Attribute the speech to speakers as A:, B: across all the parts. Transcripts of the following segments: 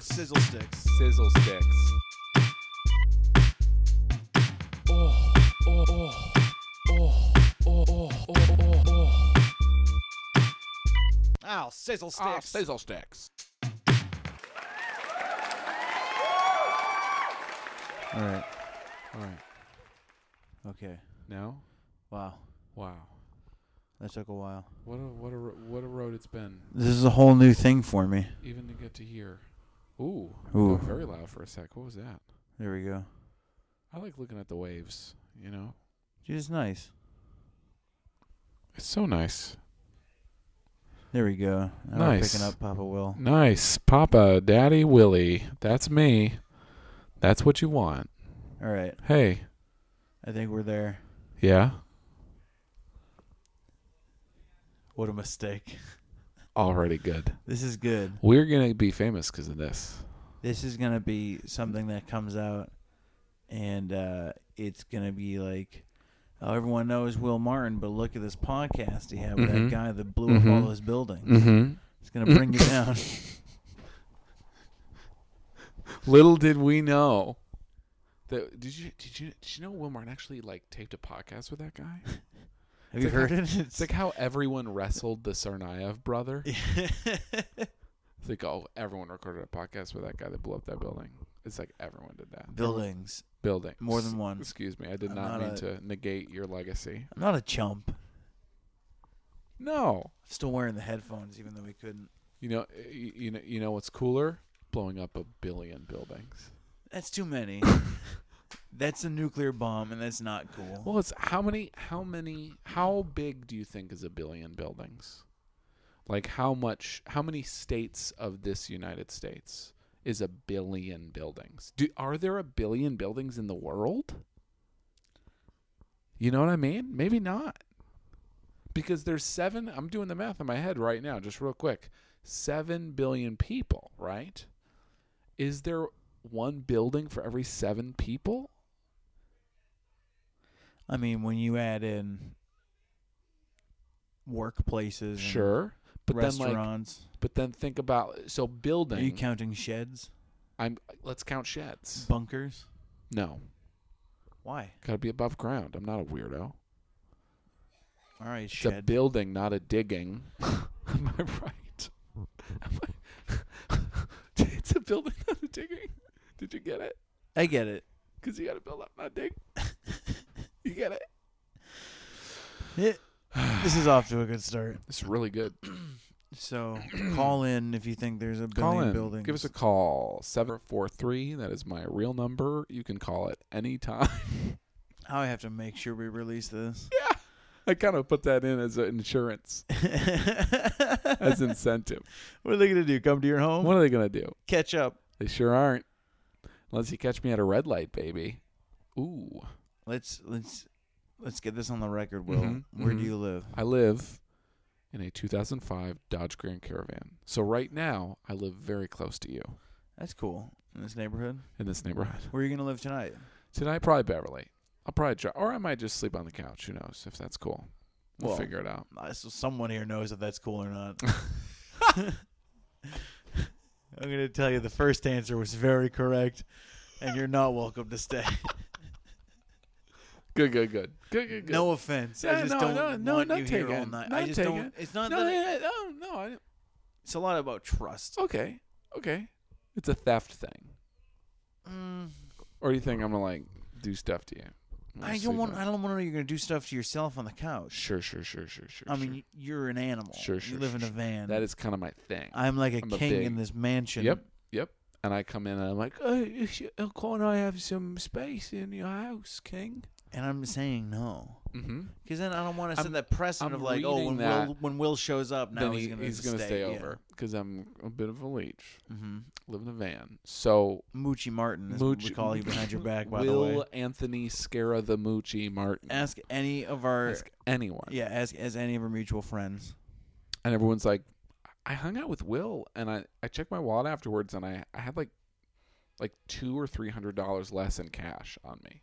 A: Sizzle sticks.
B: Sizzle sticks. Oh, oh, oh, oh, oh, oh, oh, oh, oh.
A: Ow, sizzle sticks.
B: Ah, sizzle sticks.
A: All right.
B: All right.
A: Okay.
B: Now,
A: Wow.
B: wow.
A: That took a while.
B: What a what a ro- what a road it's been,
A: This is a whole new thing for me.
B: even to get to here. Ooh, I got
A: Ooh.
B: very loud for a sec. What was that?
A: There we go.
B: I like looking at the waves. You know,
A: Dude, it's nice.
B: it's so nice.
A: There we go. Now we're
B: Nice.
A: Picking up Papa Will.
B: Nice, Papa, Daddy, Willie. That's me. That's what you want.
A: All right.
B: Hey,
A: I think we're there.
B: yeah.
A: What a mistake.
B: Already good.
A: This is good.
B: We're gonna be famous because of this.
A: This is gonna be something that comes out, and uh, it's gonna be like, oh, everyone knows Will Martin, but look at this podcast he had with
B: Mhm.
A: that guy that blew
B: Mhm.
A: up all those buildings.
B: Mm-hmm.
A: It's gonna bring you down.
B: Little did we know. That, did you did you did you know Wilmarn actually like taped a podcast with that guy?
A: Have you
B: like
A: heard it? It's
B: It's like how everyone wrestled the Sarnayev brother. It's like oh, everyone recorded a podcast with that guy that blew up that building. It's like everyone did that.
A: buildings.
B: Building
A: More than one.
B: Excuse me, I did
A: I'm
B: not,
A: not
B: mean
A: a-
B: to negate your legacy.
A: I'm not a chump. I'm
B: No,
A: still wearing the headphones, even though we couldn't.
B: you know y- you know you know what's cooler? Blowing up a billion buildings.
A: That's too many. that's a nuclear bomb, and that's not cool.
B: Well, it's how many? How many? How big do you think is a billion buildings? Like how much? How many states of this United States is a billion buildings? Do are there a billion buildings in the world? You know what I mean? Maybe not, because there's seven. I'm doing the math in my head right now, just real quick. Seven billion people, right? Is there one building for every seven people?
A: I mean, when you add in workplaces, and
B: Sure, but then like
A: restaurants.
B: But then think about so building.
A: Are you counting sheds,
B: I'm let's count sheds.
A: bunkers?
B: No,
A: Why?
B: gotta be above ground. I'm not a weirdo.
A: All right,
B: It's a
A: shed.
B: building, not a digging. Am I right? Am I- it's a building, not a digging. Did you get it?
A: I get it.
B: Because you gotta build up, not dig. you get it.
A: Eh, this is off to a good start.
B: It's really good.
A: So call in if you think there's a
B: call
A: billion
B: in.
A: buildings.
B: Give us a call. Seven four three. That is my real number. You can call it anytime.
A: Now I have to make sure we release this.
B: yeah. I kind of put that in as an insurance, as
A: As
B: incentive.
A: what are they gonna do? Come to your home?
B: What are they gonna do?
A: Catch up.
B: They sure aren't. Unless you catch me at a red light, baby. Ooh.
A: Let's let's let's get this on the record. Will,
B: Mhm,
A: where
B: mhm.
A: do you live?
B: I live in a 2005 Dodge Grand Caravan. So right now, I live very close to you
A: That's cool. In this neighborhood.
B: in this neighborhood.
A: Where are you gonna live tonight?
B: Tonight, probably Beverly. I'll probably drive, or I might just sleep on the couch. Who knows if that's cool? We'll,
A: Well,
B: figure it out.
A: Uh, So someone here knows if that's cool or not. I'm going to tell you the first answer was very correct, and you're not welcome to stay.
B: Good, good, good, good, good, good.
A: no offense.
B: Yeah,
A: I just
B: no,
A: don't
B: no, no,
A: want
B: not
A: you here
B: taken.
A: all night. I
B: Not
A: just
B: taken.
A: don't. It's not.
B: no,
A: that-
B: yeah, no, no. I,
A: it's a lot about trust.
B: okay, okay. It's a theft thing.
A: Mm,
B: Or do you think I'm gonna like do stuff to you? I'm gonna
A: I don't
B: sleep
A: want.
B: on-
A: I don't want to know you're going to do stuff to yourself on the couch.
B: Sure, sure, sure, sure, sure.
A: I
B: sure.
A: mean, y- you're an animal.
B: Sure, sure,
A: You live
B: sure,
A: in a
B: sure.
A: van.
B: That is kind of my thing.
A: I'm like a
B: I'm a
A: king in
B: big-
A: this mansion.
B: Yep. and I come in and I'm like, oh, can't I have some space in your house, King?
A: And I'm saying no.
B: Mm-hmm.
A: Because then I don't want to set
B: I'm-
A: that precedent
B: I'm
A: of like, oh,
B: reading
A: when
B: that,
A: Will, when Will shows up, now
B: then
A: he's
B: he-
A: going
B: he's
A: to
B: gonna stay over because I'm a bit of a leech.
A: Mm-hmm.
B: Live in a van, so
A: Moochie Martin is what we
B: Mooch-
A: call you behind your back, by
B: Will
A: the way.
B: Anthony Scara the Moochie Martin?
A: Ask any of our
B: Ask anyone.
A: yeah, ask as any of our mutual friends.
B: And everyone's like, I hung out with Will, and I I checked my wallet afterwards, and I I had like like two or three hundred dollars less in cash on me.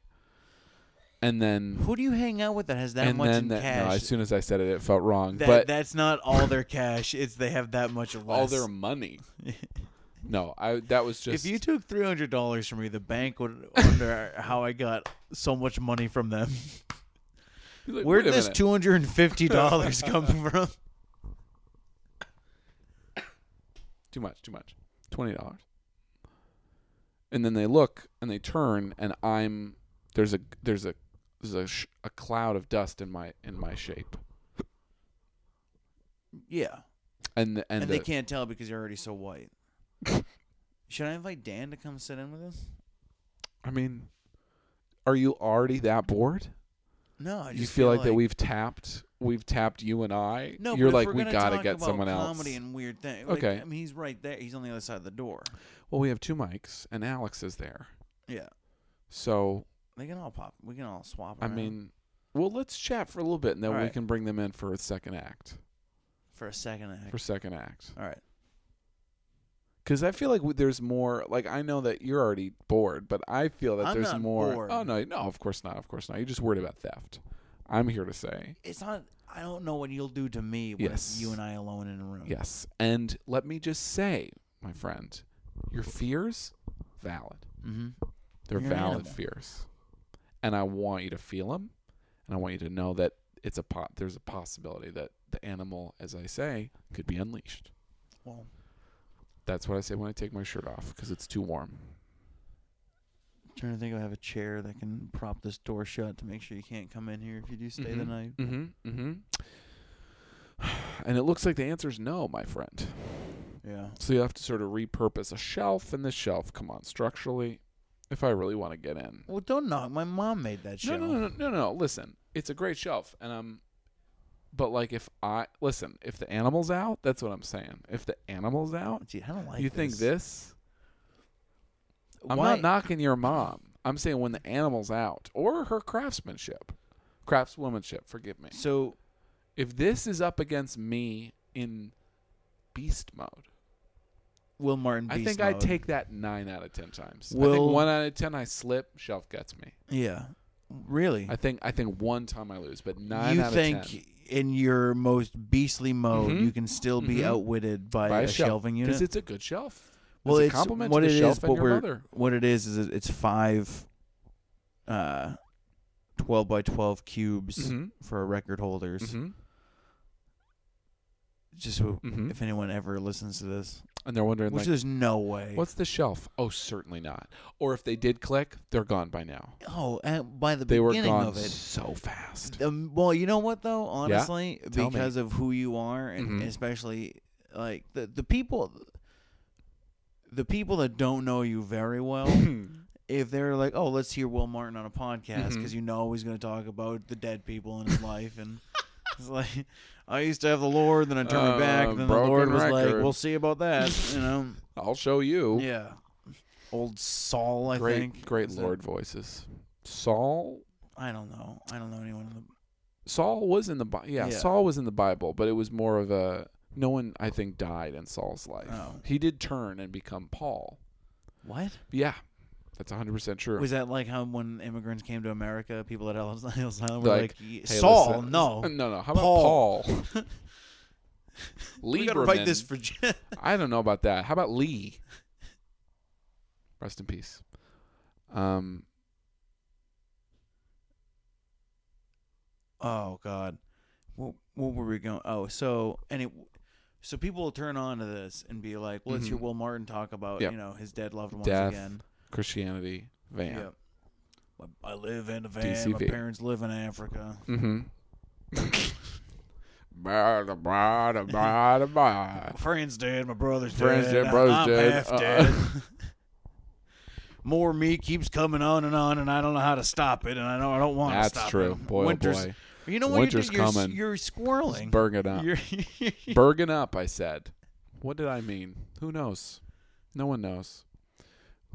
B: And then
A: Who do you hang out with that has that
B: Mm. and
A: much
B: then
A: in
B: that,
A: cash?
B: No, as soon as I said it, it felt wrong.
A: that,
B: but
A: that's not all their cash. It's they have that much less.
B: all their money. No, I that was just
A: if you took three hundred dollars from me, the bank would wonder how I got so much money from them.
B: Like,
A: Where
B: "Wait a
A: did this
B: minute."
A: two hundred and fifty dollars come from?
B: too much, too much. Twenty dollars. And then they look and they turn and I'm there's a there's a there's a, sh- a cloud of dust in my in my shape
A: Yeah,
B: and the, and,
A: and,
B: the,
A: they can't tell because you're already so white. Should I invite Dan to come sit in with us?
B: I mean, are you already that bored?
A: No, I just
B: You feel like, that we've tapped we've tapped you and I.
A: No,
B: you're
A: but if
B: like
A: we're
B: we
A: gonna
B: gotta
A: talk
B: get
A: about
B: someone else.
A: comedy and weird things. Like,
B: Okay.
A: I mean he's right there. He's on the other side of the door.
B: well, we have two mics and Alex is there,
A: Yeah,
B: so
A: they can all pop. We can all swap.
B: I
A: around
B: mean, well, let's chat for a little bit and then
A: All
B: we
A: right.
B: can bring them in for a second act.
A: for a second. act.
B: For second act.
A: all right.
B: Because I feel like w- there's more. Like I know that you're already bored, but I feel that
A: I'm
B: there's
A: not
B: more.
A: bored.
B: Oh no, no, of course not, of course not. You're just worried about theft. I'm here to say
A: It's not. I don't know what you'll do to me when it's
B: Yes.
A: you and I alone in a room.
B: yes. And let me just say, my friend, your fears valid.
A: Mm-hmm.
B: They're
A: You're an
B: valid
A: animal.
B: fears, and I want you to feel them, and I want you to know that it's a pot. There's a possibility that the animal, as I say, could be unleashed.
A: Well,
B: That's what I say when I take my shirt off because it's too warm.
A: trying to think if I have a chair that can prop this door shut to make sure you can't come in here if you do stay the
B: Mhm.
A: night.
B: Mm-hmm. Mm-hmm. And it looks like the answer is no, my friend.
A: Yeah.
B: So you have to sort of repurpose a shelf, and this shelf, come on, structurally, if I really want to get in.
A: Well, don't knock. My mom made that
B: No,
A: show.
B: no, no, no, no, no. Listen, it's a great shelf, and I'm. But like, if I listen, if the animal's out, that's what I'm saying. If the animal's out,
A: Gee, I don't like.
B: you think this? I'm
A: Why-
B: not knocking your mom. I'm saying when the animal's out, or her craftsmanship, craftswomanship. Forgive me.
A: So
B: if this is up against me in beast mode,
A: Will Martin?
B: I
A: Beast
B: think I
A: mode.
B: take that nine out of ten times. I
A: Will-
B: think one out of ten I slip, shelf gets me.
A: Yeah. Really.
B: I think I think one time I lose, but nine
A: you
B: out
A: think
B: of ten
A: in your most beastly mode
B: Mhm.
A: you can still be
B: Mhm.
A: outwitted by,
B: By a
A: a
B: shelf,
A: shelving unit?
B: because it's a good shelf.
A: well, it's
B: it's, a compliment
A: what
B: to
A: it
B: the
A: is,
B: shelf and
A: but
B: your
A: we're-
B: mother.
A: what it is is it- it's five, uh, twelve by twelve cubes
B: Mhm,
A: for record holders.
B: mhm,
A: Just so
B: mhm.
A: if anyone ever listens to this,
B: And they're wondering,
A: which
B: like,
A: there's no way.
B: what's the shelf? Oh, certainly not. Or if they did click, they're gone by now.
A: oh, and by the
B: They were
A: beginning
B: gone
A: of it.
B: so fast.
A: Um, well, you know what though, honestly,
B: Tell me.
A: because of who you are, and
B: Mhm.
A: especially like the the people, the people that don't know you very well. if they're like, oh, let's hear Will Martin on a podcast because
B: Mhm.
A: you know he's going to talk about the dead people in his life. And it's like, I used to have the Lord, then I turned
B: Uh,
A: me back, and then the Lord
B: broken
A: was like,
B: record.
A: we'll see about that. You know?
B: I'll show you.
A: yeah. Old Saul, I
B: great,
A: think.
B: great
A: Is it-
B: Lord voices. Saul
A: I don't know. I don't know anyone. In the,
B: Saul was in the Bi- yeah,
A: Yeah.
B: Saul was in the Bible, but it was more of a no one I think died in Saul's life.
A: Oh.
B: He did turn and become Paul.
A: what?
B: Yeah. That's 100% true.
A: Was that like how when immigrants came to America, people at Ellis Island were
B: Like,
A: like, "Ye-
B: Hey,
A: Saul,
B: listen-
A: no.
B: No, no. How
A: Paul.
B: about Paul?
A: We got to
B: Lieberman.
A: write this for Jen.
B: I don't know about that. How about Lee? Rest in peace. Um
A: Oh God, what what were we going? Oh, so and it, so people will turn on to this and be like, "Well, let's hear
B: Mhm.
A: Will Martin talk about
B: Yep.
A: you know his dead loved ones
B: Death,
A: again."
B: Christianity van.
A: Yep. I live in a van. My
B: DCV.
A: parents live in Africa.
B: Mhm. Bada, bada, bada, bada.
A: My friend's dead. My brother's
B: Friend's
A: dead.
B: dead, brother's
A: I'm
B: dead.
A: half
B: Uh-uh.
A: dead. More me keeps coming on and on, and I don't know how to stop it, and I know I don't want to
B: That's
A: stop
B: true.
A: it.
B: Boy,
A: winter's,
B: oh boy.
A: You know what?
B: Winter's
A: you're, doing?
B: coming.
A: You're, you're squirreling.
B: Burn it up.
A: You're-
B: Bergen up, I said. What did I mean? Who knows? No one knows.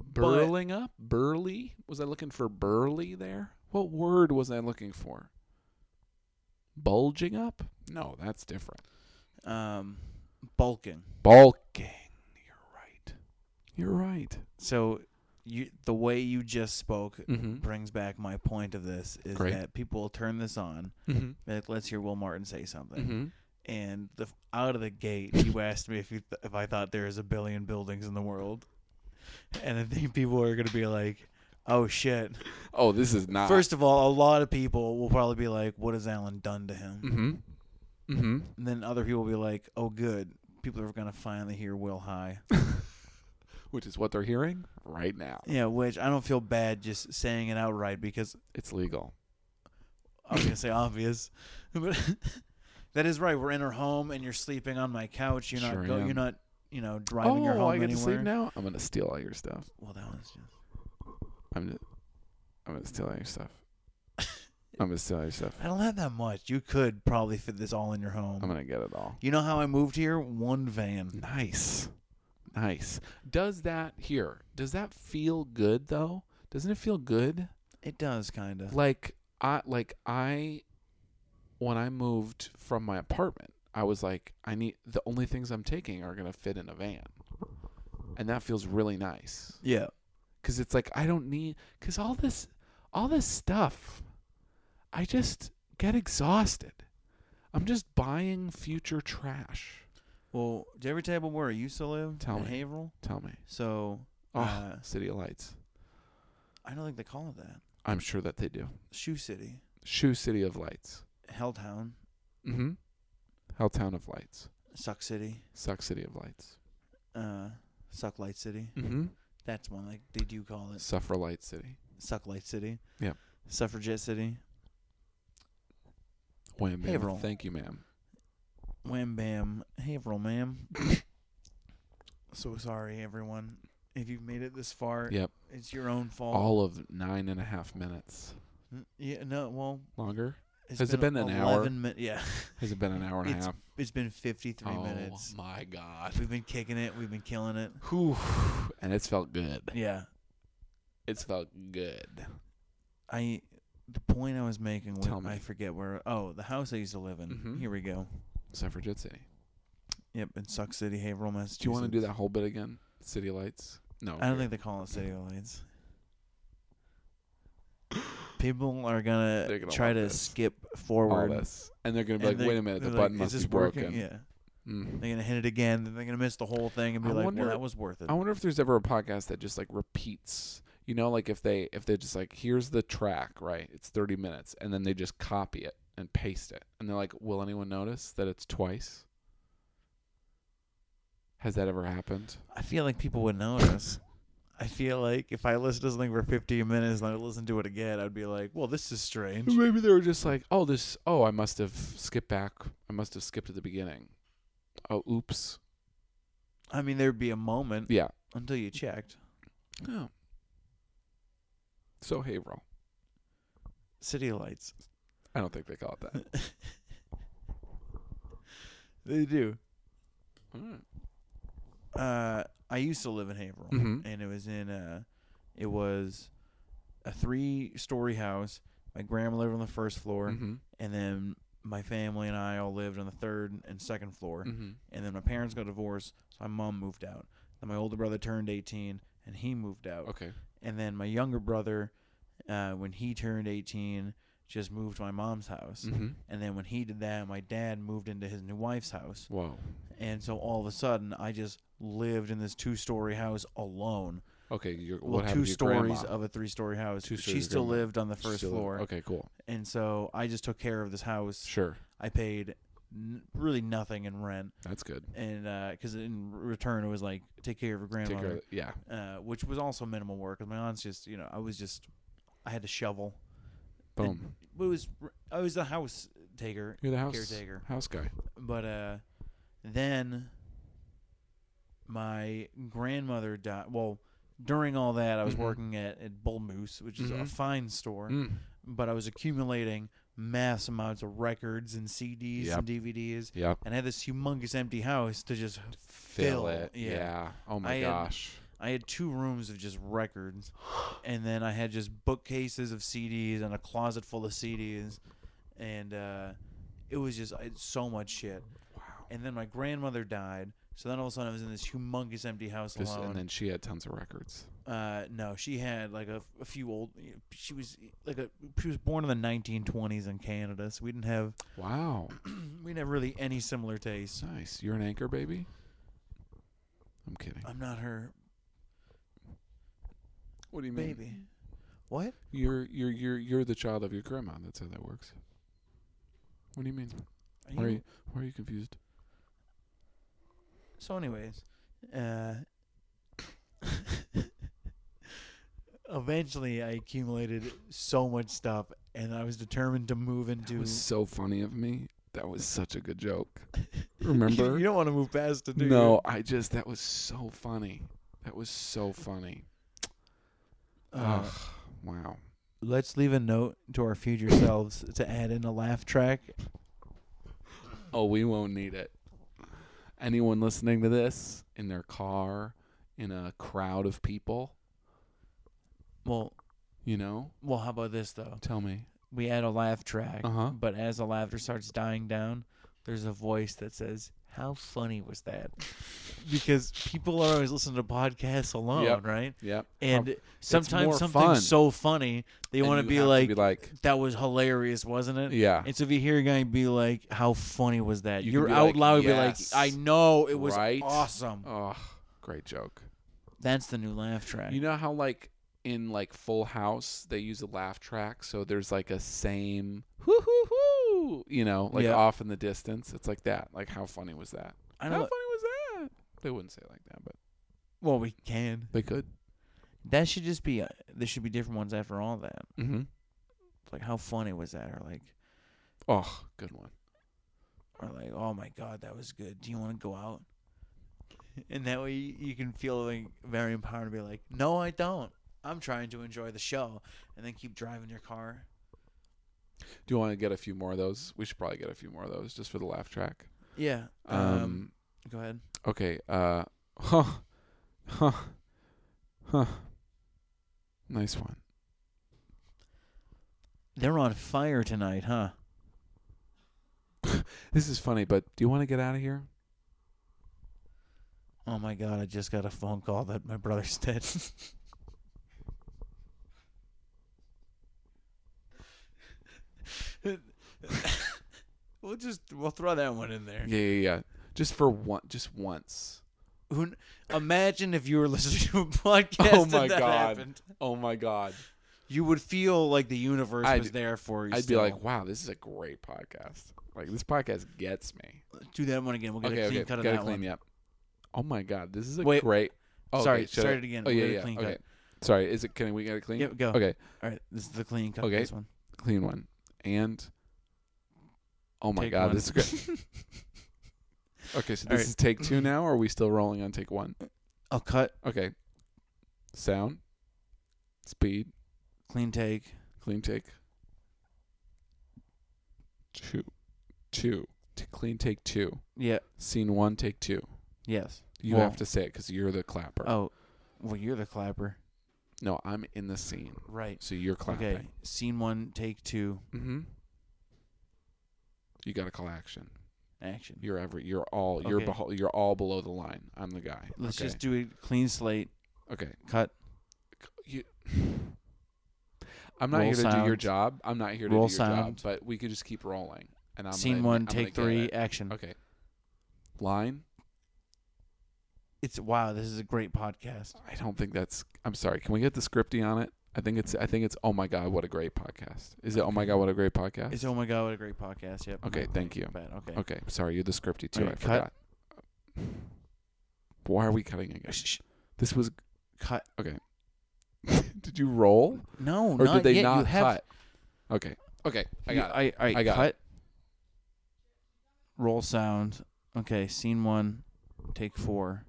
B: Burling up? Burly? Was I looking for burly there? What word was I looking for? Bulging up? No, that's different.
A: um, bulking.
B: Bulking. You're right. You're right.
A: So, you the way you just spoke
B: Mm-hmm.
A: brings back my point of this is
B: Great.
A: that people will turn this on.
B: Mm-hmm.
A: Like, let's hear Will Martin say something,
B: Mm-hmm.
A: and the out of the gate, you asked me if you th- if I thought there is a billion buildings in the world, and I think people are gonna be like, "Oh shit!"
B: Oh, this is not.
A: First of all, a lot of people will probably be like, "What has Alan done to him?"
B: Mm-hmm. Mm-hmm.
A: And then other people will be like, "Oh, good." People are gonna finally hear Will High.
B: Which is what they're hearing right now.
A: Yeah, which I don't feel bad just saying it outright because
B: It's legal.
A: I was gonna say obvious, but that is right. We're in her home, and you're sleeping on my couch. You're not
B: Sure
A: go.
B: am.
A: You're not. You know, driving your
B: oh,
A: home
B: I get
A: anywhere.
B: to sleep now. I'm gonna steal all your stuff.
A: Well, that one's just.
B: I'm just, I'm gonna steal all your stuff. I'm gonna steal all your stuff.
A: I don't have that much. You could probably fit this all in your home.
B: I'm gonna get it all.
A: you know how I moved here? One van.
B: Nice. Nice. Does that here? Does that feel good though? Doesn't it feel good?
A: It does kind of.
B: Like I like I when I moved from my apartment, I was like I need the only things I'm taking are going to fit in a van. And that feels really nice
A: Yeah.
B: cuz it's like I don't need cuz all this all this stuff I just get exhausted. I'm just buying future trash.
A: Well, do you ever table where I used to live?
B: Tell
A: in
B: me.
A: Haverhill.
B: Tell me.
A: So
B: Oh,
A: Uh,
B: City of Lights.
A: I don't think they call it that.
B: I'm sure that they do.
A: Shoe City,
B: Shoe City of Lights.
A: Helltown,
B: Mm-hmm. Helltown of Lights.
A: Suck City,
B: Suck City of Lights.
A: uh, Suck Light City.
B: Mm-hmm.
A: That's one. Like they do call it
B: Suffer Light City.
A: Suck Light City.
B: Yeah.
A: Suffragette City.
B: Wham bam.
A: Haverhill.
B: Thank you, ma'am.
A: Wham bam. Haverhill, ma'am. so sorry, everyone. If you've made it this far,
B: Yep.
A: it's your own fault.
B: All of nine and a half minutes.
A: N- Mm, Yeah, no, well,
B: Longer?
A: it's
B: Has it been an hour?
A: 11 min- yeah,
B: Has it been an hour and
A: It's
B: a half?
A: it's been 53
B: oh
A: minutes.
B: my god.
A: We've been kicking it. We've been killing it.
B: Whew. And it's felt good.
A: Yeah,
B: It's felt good.
A: I. The point I was making with
B: Tell me.
A: I forget where. Oh, the house I used to live in.
B: Mhm.
A: Here we go.
B: Suffragette City.
A: Yep, in Suck City, Haverhill, Massachusetts.
B: Do you want to do that whole bit again? City Lights? No.
A: I don't
B: here.
A: think they call it City Lights. People are gonna,
B: They're gonna
A: try
B: love
A: to
B: this.
A: skip
B: all
A: forward.
B: this. And they're gonna be
A: and
B: like,
A: they-
B: wait a minute, the
A: they're like,
B: button
A: "Is
B: must
A: this
B: be broken.
A: working?" Yeah,
B: Mm.
A: they're gonna hit it again. Then they're gonna miss the whole thing and be
B: I
A: like,
B: wonder-
A: "Well, that was worth it."
B: I wonder if there's ever a podcast that just like repeats. You know, like if they if they just like here's the track, right? It's 30 minutes, and then they just copy it and paste it, and they're like, will anyone notice that it's twice? Has that ever happened?
A: I feel like people would notice. I feel like if I listened to something for 15 minutes and I listened to it again, I'd be like, "Well, this is strange."
B: Maybe they were just like, oh, this, oh, I must have skipped back. I must have skipped at the beginning. Oh, oops.
A: I mean, there'd be a moment
B: Yeah.
A: until you checked.
B: Oh. So Haverhill.
A: City lights.
B: I don't think they call it that.
A: They do.
B: Alright.
A: Uh, I used to live in Haverhill,
B: Mhm.
A: and it was in a, it was, a three-story house. My grandma lived on the first floor,
B: Mhm.
A: and then my family and I all lived on the third and second floor.
B: Mhm.
A: and then my parents got divorced, so my mom moved out. Then my older brother turned 18, and he moved out.
B: Okay.
A: And then my younger brother, uh, when he turned 18, just moved to my mom's house.
B: Mhm.
A: And then when he did that, my dad moved into his new wife's house.
B: Whoa.
A: And so all of a sudden, I just lived in this two-story house alone.
B: Okay, you're,
A: Well,
B: what happened
A: two
B: to your
A: stories
B: grandma?
A: of a three-story house.
B: Two
A: she
B: stories
A: still
B: grandma.
A: lived on the first
B: Still-
A: floor,
B: Okay, cool.
A: and so I just took care of this house.
B: Sure,
A: I paid n- really nothing in rent.
B: that's good.
A: and because in return it was like take care of your
B: Take care.
A: grandmother,
B: Of, yeah,
A: uh, which was also minimal work. 'cause my aunt's just you know I was just I had to shovel.
B: boom.
A: But it was I was the house taker,
B: you're the house
A: caretaker.
B: house guy.
A: But uh, then my grandmother died. Well, during all that I was
B: Mhm.
A: working at at Bull Moose, which is a
B: Mhm.
A: fine store,
B: Mm.
A: but I was accumulating mass amounts of records and CDs and DVDs.
B: Yep.
A: And I had this humongous empty house to just
B: Fill
A: Fill,
B: it. Yeah.
A: yeah.
B: Oh my
A: I had-
B: gosh.
A: I had two rooms of just records, and then I had just bookcases of CDs and a closet full of CDs, and uh, it was just I had so much shit.
B: Wow.
A: And then my grandmother died, So then all of a sudden I was in this humongous empty house
B: Just,
A: alone.
B: and then she had tons of records.
A: Uh, no, she had like a, a few old. She was like a she was born in the 1920s in Canada, so we didn't have
B: Wow,
A: we didn't have really any similar tastes.
B: nice. You're an anchor baby. I'm kidding.
A: I'm not her
B: What do you mean?
A: baby. What?
B: You're you're you're you're the child of your grandma. That's how that works. What do you mean?
A: Are
B: Why are
A: you-
B: you, why are you confused?
A: So, anyways, uh, eventually I accumulated so much stuff, and I was determined to move
B: It
A: into.
B: was so funny of me. That was such a good joke.
A: You,
B: Remember?
A: you don't want to move past it, do
B: no, I just that was so funny. That was so funny.
A: you? Uh,
B: Ugh, wow.
A: let's leave a note to our future selves to add in a laugh track.
B: Oh, we won't need it. Anyone listening to this in their car, in a crowd of people,
A: Well,
B: you know,
A: well, how about this though?
B: tell me.
A: We add a laugh track,
B: Uh-huh.
A: but as the laughter starts dying down, there's a voice that says, "How funny was that?" Because people are always listening to podcasts alone,
B: Yep.
A: right?
B: Yep.
A: And sometimes
B: more
A: something's
B: fun.
A: so funny they
B: And
A: want
B: you
A: be
B: have
A: like,
B: to be like,
A: "That was hilarious, wasn't it?"
B: yeah,
A: And so if you hear a guy be like, "How funny was that?"
B: You
A: You are
B: can be
A: out
B: like,
A: loud be
B: "Yes,
A: like, "I know it was
B: right."
A: awesome."
B: oh, great joke.
A: That's the new laugh track.
B: You know how like in like Full House they use a laugh track, so there's like a same hoo hoo hoo, you know, like
A: Yeah.
B: off in the distance. It's like that. Like how funny was that?
A: I
B: how
A: know.
B: funny was that? They wouldn't say it like that, but
A: Well, we can.
B: they could.
A: That should just be. Uh, there should be different ones after all that.
B: Mm-hmm.
A: It's like, "How funny was that?" Or like,
B: Oh, good one.
A: or like, "Oh my god, that was good. Do you want to go out?" And that way you you can feel like very empowered to be like, "No, I don't. I'm trying to enjoy the show," and then keep driving your car.
B: Do you want to get a few more of those? We should probably get a few more of those just for the laugh track.
A: Yeah.
B: Um,
A: Um, go ahead.
B: okay. Uh huh. Huh. Huh. Nice one.
A: They're on fire tonight, huh?
B: This is funny, but do you want to get out of here?
A: Oh my god, I just got a phone call that my brother's dead. we'll just we'll throw that one in there.
B: Yeah, yeah, yeah. Just for one just once.
A: Who, imagine if you were listening to a podcast
B: Oh
A: and
B: my
A: that
B: God.
A: happened.
B: Oh my god.
A: You would feel like the universe
B: I'd-
A: was there for you.
B: I'd
A: still.
B: be like, wow, this is a great podcast. Like this podcast gets me.
A: do that one again. We'll get
B: okay,
A: a clean
B: okay,
A: cut of
B: gotta
A: that
B: clean
A: one.
B: you up. Oh my god, this is a
A: Wait.
B: great. Oh, okay,
A: Sorry,
B: should I-
A: start it again.
B: Oh
A: We'll
B: yeah,
A: get a
B: yeah.
A: clean
B: okay.
A: cut.
B: Sorry, is it? Can we get a clean?
A: Yep, go.
B: Okay,
A: All right, this is the clean cut.
B: Okay.
A: This one.
B: clean one. And oh my
A: Take
B: god,
A: one.
B: this is great. okay, so this
A: All right.
B: is take two now. Or are we still rolling on take one?
A: I'll cut
B: Okay. Sound, speed,
A: clean take.
B: clean take. Two, two. T- clean take two.
A: Yeah.
B: Scene one, take two.
A: Yes.
B: You
A: Well-
B: have to say it because you're the clapper.
A: Oh, well, you're the clapper.
B: No, I'm in the scene,
A: Right.
B: so you're clapping.
A: Okay. Scene one, take two,
B: Mm-hmm. You got to call action.
A: action.
B: You're every. You're all. You're
A: Okay.
B: beho- You're all below the line. I'm the guy.
A: Let's
B: okay.
A: just do a clean slate.
B: Okay.
A: Cut.
B: You. I'm not
A: Roll
B: here to do your
A: sound.
B: job. I'm not here to
A: Roll
B: do your
A: sound.
B: job. But we could just keep rolling. And I'm
A: Scene
B: gonna,
A: one,
B: I'm
A: take
B: gonna get
A: three,
B: it.
A: action.
B: Okay. Line.
A: It's wow. This is a great podcast.
B: I don't think that's. I'm sorry. Can we get the scripty on it? I think it's. I think it's. Oh my god, what a great podcast. Is it? Oh my god, what a great podcast.
A: It's oh my god, what a great podcast. Yep.
B: Okay,
A: my-
B: thank you.
A: Bad. Okay.
B: Okay, sorry, you're the scripty too.
A: Okay,
B: I
A: cut.
B: forgot. Why are we cutting again?
A: Shh, shh,
B: This was.
A: Cut.
B: Did you roll
A: No.
B: or
A: not
B: did they
A: yet.
B: not
A: you have,
B: cut? Okay, okay, I
A: you-
B: got it.
A: I, all right,
B: I got
A: cut. Roll sound. Okay. Scene one, take four,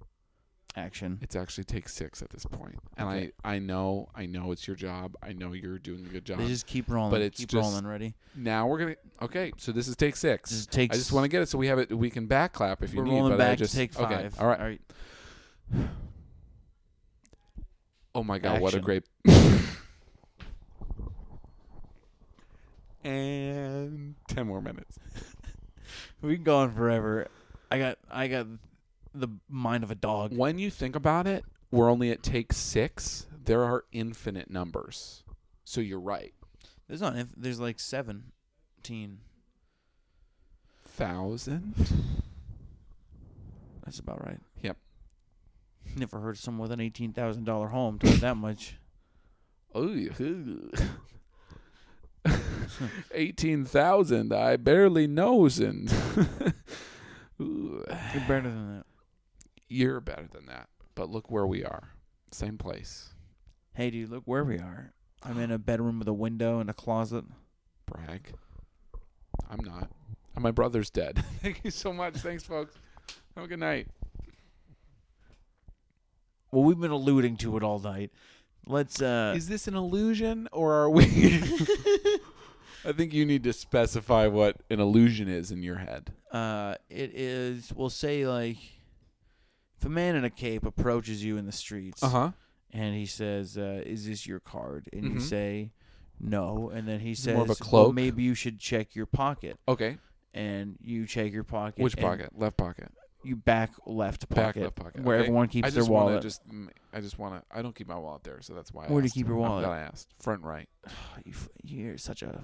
A: action.
B: It's actually take six at this point, and
A: Okay.
B: I I know I know it's your job. I know you're doing a good job.
A: They just keep rolling.
B: But it's
A: keep
B: just-
A: rolling. Ready.
B: now we're gonna. Okay, so this is take six.
A: Just take.
B: I just want to get it so we have it. We can back clap if you
A: We're
B: need.
A: rolling
B: but I
A: back
B: just
A: to take five.
B: Okay, all right.
A: All right.
B: Oh my god, what a
A: Action.
B: great. and ten more minutes.
A: We can go on forever. I got I got the mind of a dog.
B: When you think about it, we're only at take six. There are infinite numbers. So you're right.
A: There's not. If there's like seventeen.
B: Thousand?
A: That's about right.
B: Yep.
A: Never heard of someone with an eighteen thousand dollar home doing that much.
B: Ooh. 18,000. I barely knows. And Ooh.
A: You're better than that.
B: you're better than that. But look where we are. Same place.
A: Hey, dude, look where we are. I'm in a bedroom with a window and a closet.
B: Brag. I'm not. And my brother's dead. Thank you so much. Thanks, folks. Have a good night.
A: Well, we've been alluding to it all night. Let's uh
B: Is this an illusion or are we. I think you need to specify what an illusion is in your head.
A: uh it is we'll say like if a man in a cape approaches you in the streets
B: huh.
A: and he says, uh, "Is this your card?" and you
B: Mhm.
A: say, "No,. And then he
B: Is
A: says,
B: it more of a
A: Well,
B: cloak?
A: maybe you should check your pocket."
B: Okay.
A: And you check your pocket.
B: Which
A: and
B: pocket? Left pocket.
A: You back left pocket.
B: Back left pocket.
A: Where
B: okay.
A: everyone keeps
B: I
A: their
B: just wanna
A: wallet.
B: Just, mm, I just want to. I don't keep my wallet there, so that's why. I
A: Where do you
B: asked.
A: keep your
B: I'm
A: wallet?
B: glad I asked. Front right.
A: Oh, you, f- you're such a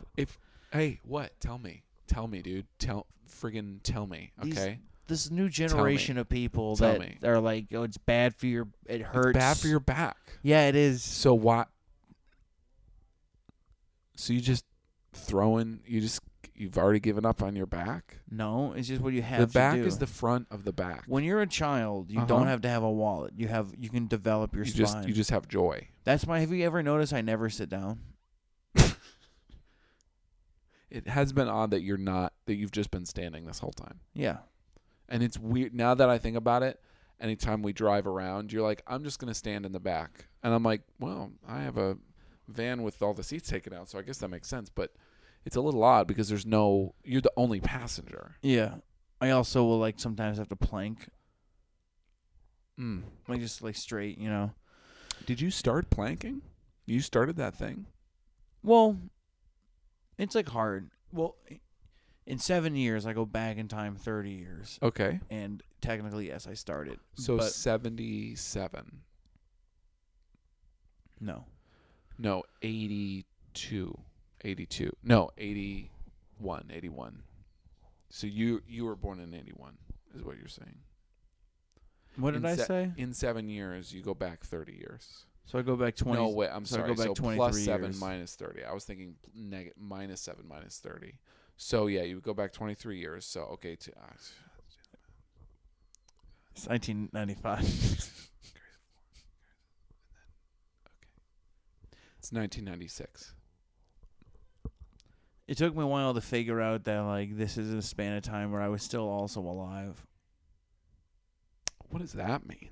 B: Hey, what? Tell me. Tell me, dude. Tell friggin' tell me.
A: These
B: Okay.
A: this new generation of people
B: Tell
A: that
B: me.
A: are like, "Oh, it's bad for your. It hurts.
B: It's bad for your back.
A: Yeah, it is.
B: So why? So you just throwing? You just you've already given up on your back.
A: No, it's just what you have.
B: The
A: to
B: back
A: do.
B: is the front of the back.
A: When you're a child, you
B: Uh-huh.
A: don't have to have a wallet. You have you can develop your
B: you
A: spine.
B: just you just have joy.
A: That's my. Have you ever noticed I never sit down?
B: It has been odd that you're not that you've just been standing this whole time.
A: Yeah.
B: And it's weird now that I think about it. Anytime we drive around, you're like, I'm just gonna stand in the back, and I'm like, well, I have a van with all the seats taken out, so I guess that makes sense. But it's a little odd because there's no, you're the only passenger.
A: Yeah. I also will like sometimes have to plank,
B: Mm.
A: like just like straight, you know.
B: Did you start planking? You started that thing.
A: Well, it's like hard. Well, in seven years, I go back in time thirty years,
B: Okay,
A: and technically, yes, I started.
B: so
A: but
B: 77.
A: no,
B: No, 82. 82. No, 81. 81. So you you were born in 81 is what you're saying.
A: what did
B: In
A: I
B: se-
A: say?
B: In 7 years you go back 30 years.
A: So I go back twenty.
B: no, wait, I'm
A: so I go
B: sorry.
A: back
B: so plus
A: 23
B: 7
A: years.
B: minus 30. I was thinking neg- minus 7 minus 30. So yeah, you would go back 23 years. So okay, to, uh,
A: It's 1995.
B: it's 1996.
A: it took me a while to figure out that like this is a span of time where I was still also alive,
B: What does that mean?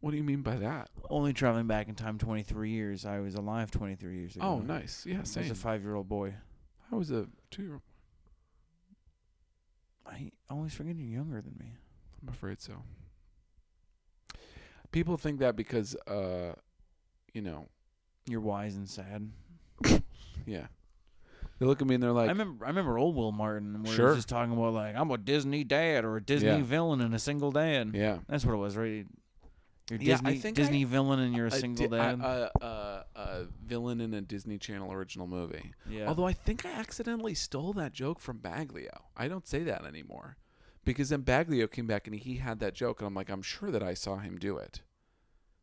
B: What do you mean by that?
A: only traveling back in time 23 years. I was alive 23 years ago.
B: Oh, nice. Yeah,
A: I was
B: same.
A: a five-year-old boy.
B: I was a 2-year-old.
A: I always forget you're younger than me.
B: I'm afraid so. People think that because, uh, you know,
A: You're wise and sad.
B: yeah, they look at me and they're
A: I
B: like,
A: remember. I remember old Will Martin, where he
B: Sure.
A: was just talking about like I'm a Disney dad or a Disney
B: Yeah.
A: villain and a single dad.
B: yeah,
A: That's what it was, right? You're
B: Yeah, I
A: Disney
B: think
A: Disney villain and you're a single
B: di-
A: dad.
B: a, a, a, a villain in a Disney Channel original movie.
A: yeah.
B: Although I think I accidentally stole that joke from Baglio. I don't say that anymore because then Baglio came back and he had that joke, and I'm like, I'm sure that I saw him do it.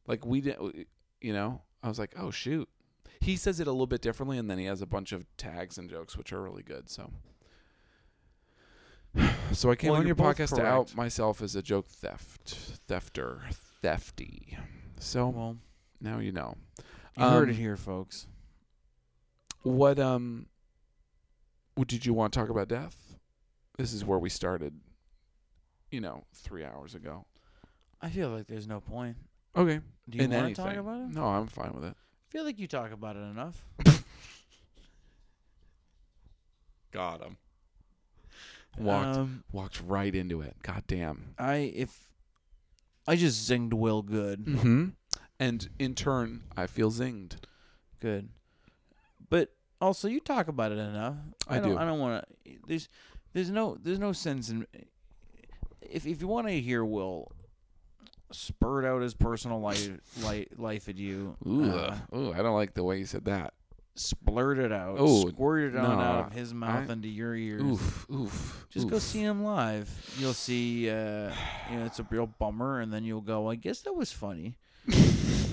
B: Like we didn't, you know. I was like, oh shoot. He says it a little bit differently, and then he has a bunch of tags and jokes which are really good. So, so I came
A: Well,
B: on
A: you're
B: your
A: both
B: podcast to out
A: correct.
B: myself as a joke theft, thefter, thefty. So
A: well,
B: now you know.
A: you heard
B: Um,
A: it here, folks.
B: What um what did you want to talk about death? This is where we started, you know, three hours ago.
A: I feel like there's no point.
B: Okay.
A: Do you
B: in
A: want to
B: anything.
A: talk about it?
B: No, I'm fine with it.
A: I feel like you talk about it enough.
B: Got him. Walked
A: Um,
B: walked right into it. God damn.
A: I if I just zinged Will good,
B: Mm-hmm. And in turn, I feel zinged.
A: good, but also you talk about it enough.
B: I
A: don't,
B: do.
A: I don't want to. There's there's no there's no sense in if if you want to hear Will spurt out his personal life life, life at you.
B: Ooh,
A: uh,
B: uh, ooh, I don't like the way you said that.
A: splurt it out.
B: Oh,
A: squirt it on
B: no,
A: out of his mouth
B: I-
A: into your ears.
B: Oof, oof.
A: Just go
B: oof.
A: see him live. You'll see, uh, you know, it's a real bummer, and then you'll go. I guess that was funny.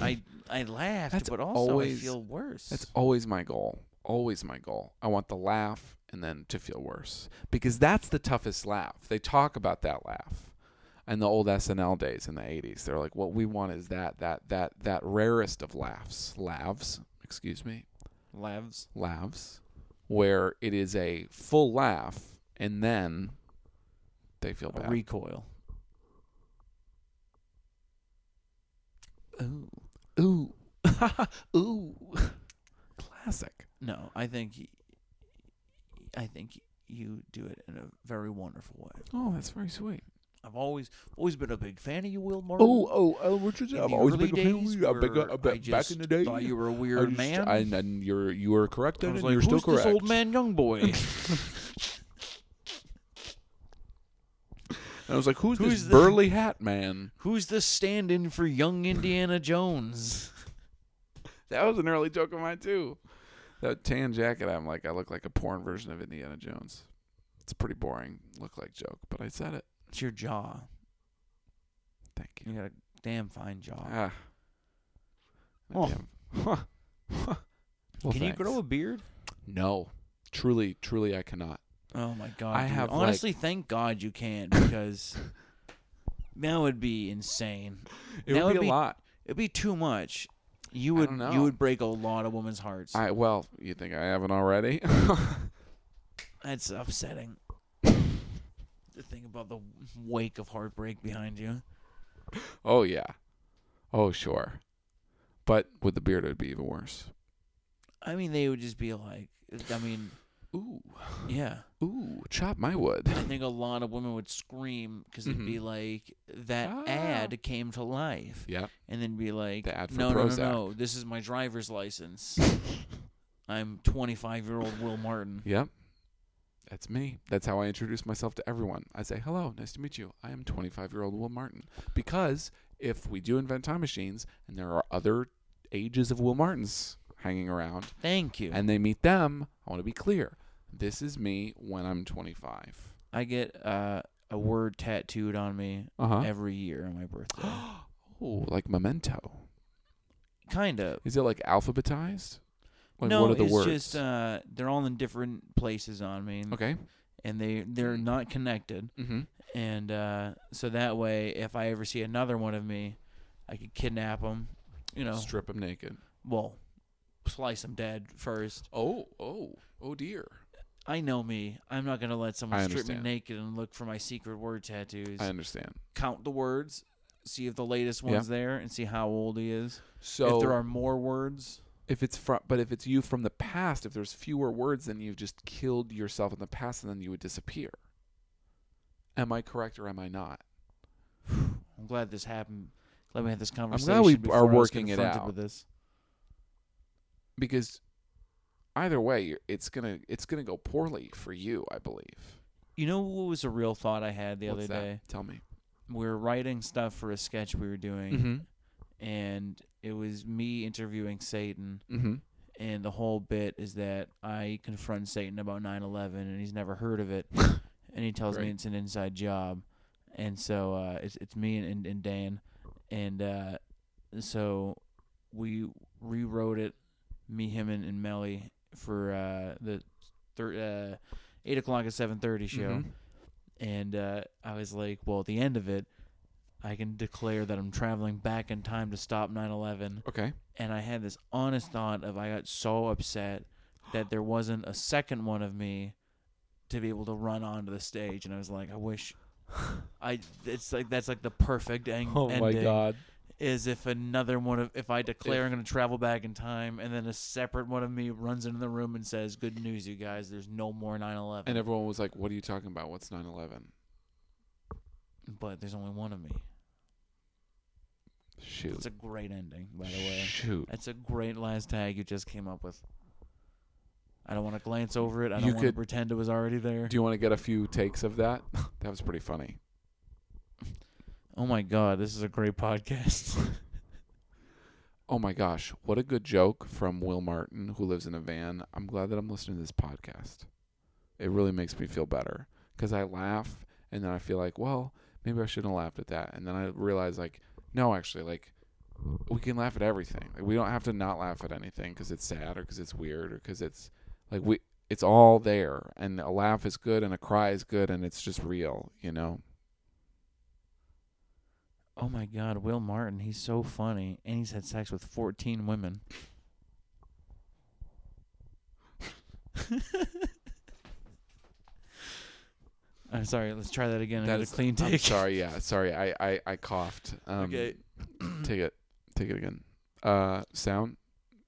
A: I I laughed,
B: That's
A: but also I
B: always-
A: feel worse.
B: That's always my goal. Always my goal. I want the laugh and then to feel worse because that's the toughest laugh. They talk about that laugh. And the old SNL days in the 80s, they're like, what we want is that, that, that, that rarest of laughs, laughs, excuse me,
A: Lavs.
B: laughs, where it is a full laugh and then they feel
A: A
B: bad.
A: recoil.
B: ooh, ooh, ooh, classic.
A: No, I think, y- I think you do it in a very wonderful way.
B: Oh, that's very sweet.
A: I've always always been a big fan of you, Will Martin.
B: Oh, oh, oh, Richard,
A: in
B: I've
A: the
B: always
A: early
B: been a fan.
A: days
B: of you. I've been
A: where
B: a-
A: I
B: back, back
A: just
B: in the day.
A: thought you were a
B: I
A: weird
B: just-
A: man.
B: and, and you're you are correct,
A: I
B: then,
A: was
B: and
A: like,
B: you're
A: who's
B: still
A: this
B: correct.
A: old man, young boy?
B: And I was like, who's,
A: Who's
B: this
A: the-
B: burly hat man?
A: Who's the stand-in for young Indiana Jones?
B: That was an early joke of mine too. That tan jacket, I'm like, I look like a porn version of Indiana Jones. It's a pretty boring look like joke, but I said it.
A: It's your jaw.
B: Thank you.
A: You got a damn fine jaw.
B: Ah.
A: Oh.
B: Damn. Huh. Huh.
A: Can
B: Well, thanks.
A: you grow a beard?
B: No, truly, truly, I cannot.
A: Oh my god!
B: I
A: dude.
B: have, like-
A: honestly, thank God you can't because that would be insane.
B: It
A: That
B: would
A: would
B: be,
A: be-
B: a lot.
A: It'd be too much. You
B: I
A: would
B: don't
A: you
B: know.
A: would break a lot of women's hearts.
B: I well, you think I haven't already?
A: That's upsetting. to think about the wake of heartbreak behind you.
B: oh yeah, oh sure. But with the beard, it'd be even worse.
A: I mean, they would just be like, I mean,
B: Ooh,
A: yeah.
B: ooh, chop my wood.
A: I think a lot of women would scream because it'd be like that
B: Mm-hmm. Ah.
A: ad came to life,
B: Yeah,
A: and then be like,
B: The ad for
A: "No, no, no,
B: Prozac.
A: no! This is my driver's license. I'm 25 year old Will Martin."
B: yep. That's me. That's how I introduce myself to everyone. I say, "Hello, nice to meet you. I am 25-year-old Will Martin." Because if we do invent time machines, and there are other ages of Will Martins hanging around,
A: Thank you.
B: and they meet them, I want to be clear. This is me when I'm 25.
A: I get uh, a word tattooed on me
B: Uh huh.
A: every year on my birthday.
B: Oh, like memento.
A: kind of.
B: Is it like alphabetized? Like
A: no,
B: what are the
A: it's
B: words?
A: just uh, they're all in different places on me, and,
B: okay.
A: and they they're not connected.
B: Mm-hmm.
A: And uh, so that way, if I ever see another one of me, I could kidnap them. You know,
B: Strip him naked.
A: well, slice them dead first.
B: Oh, oh, oh dear.
A: I know me. I'm not gonna let someone
B: I
A: strip me
B: understand.
A: naked and look for my secret word tattoos.
B: I understand.
A: Count the words, see if the latest one's there, and see how old he is.
B: So
A: if there are more words,
B: if it's from, but if it's you from the past, if there's fewer words, then you've just killed yourself in the past, and then you would disappear. Am I correct or am I not?
A: I'm glad this happened. Glad we had this conversation.
B: we
A: before
B: are
A: I was
B: working it
A: confronted
B: out.
A: With this.
B: Because either way, you're- it's gonna it's gonna go poorly for you. I believe.
A: You know what was a real thought I had the
B: What's
A: other
B: that?
A: day?
B: Tell me.
A: We were writing stuff for a sketch we were doing,
B: Mm-hmm.
A: and it was me interviewing Satan.
B: Mm-hmm.
A: and the whole bit is that I confront Satan about 9/11 and he's never heard of it, and he tells me
B: Great.
A: it's an inside job, and so uh, it's it's me and and, and Dan, and uh, so we rewrote it, me, him, and, and Melly for uh, the thir- uh, eight o'clock at seven thirty show,
B: Mhm.
A: and uh, I was like, well, at the end of it. I can declare that I'm traveling back in time to stop 9/11
B: Okay.
A: and I had this honest thought of I got so upset that there wasn't a second one of me to be able to run onto the stage, and I was like, I wish. I it's like that's like the perfect en-
B: Oh
A: ending. Is if another one of if I declare I'm going to travel back in time, and then a separate one of me runs into the room and says, "Good news, you guys. There's no more 9/11."
B: And everyone was like, "What are you talking about? What's 9/11?"
A: but there's only one of me.
B: Shoot.
A: It's a great ending, by the way.
B: Shoot.
A: That's a great last tag you just came up with. I don't want to glance over it. I
B: You
A: don't want to
B: could-
A: pretend it was already there.
B: Do you want to get a few takes of that? that was pretty funny.
A: Oh my god, this is a great podcast.
B: Oh my gosh, what a good joke from Will Martin, who lives in a van. I'm glad that I'm listening to this podcast. It really makes me feel better because I laugh and then I feel like, well, maybe I shouldn't have laughed at that. And then I realize, like, no, actually, like, we can laugh at everything. Like, we don't have to not laugh at anything because it's sad or because it's weird or because it's like we. It's all there, and a laugh is good, and a cry is good, and it's just real, you know.
A: oh my god, Will Martin, he's so funny, and he's had sex with 14 women. I'm sorry. Let's try that again.
B: That
A: That is
B: is-
A: a clean
B: I'm
A: take.
B: sorry, yeah, sorry, I I, I coughed. Um,
A: Okay.
B: take it, take it again. Uh, sound,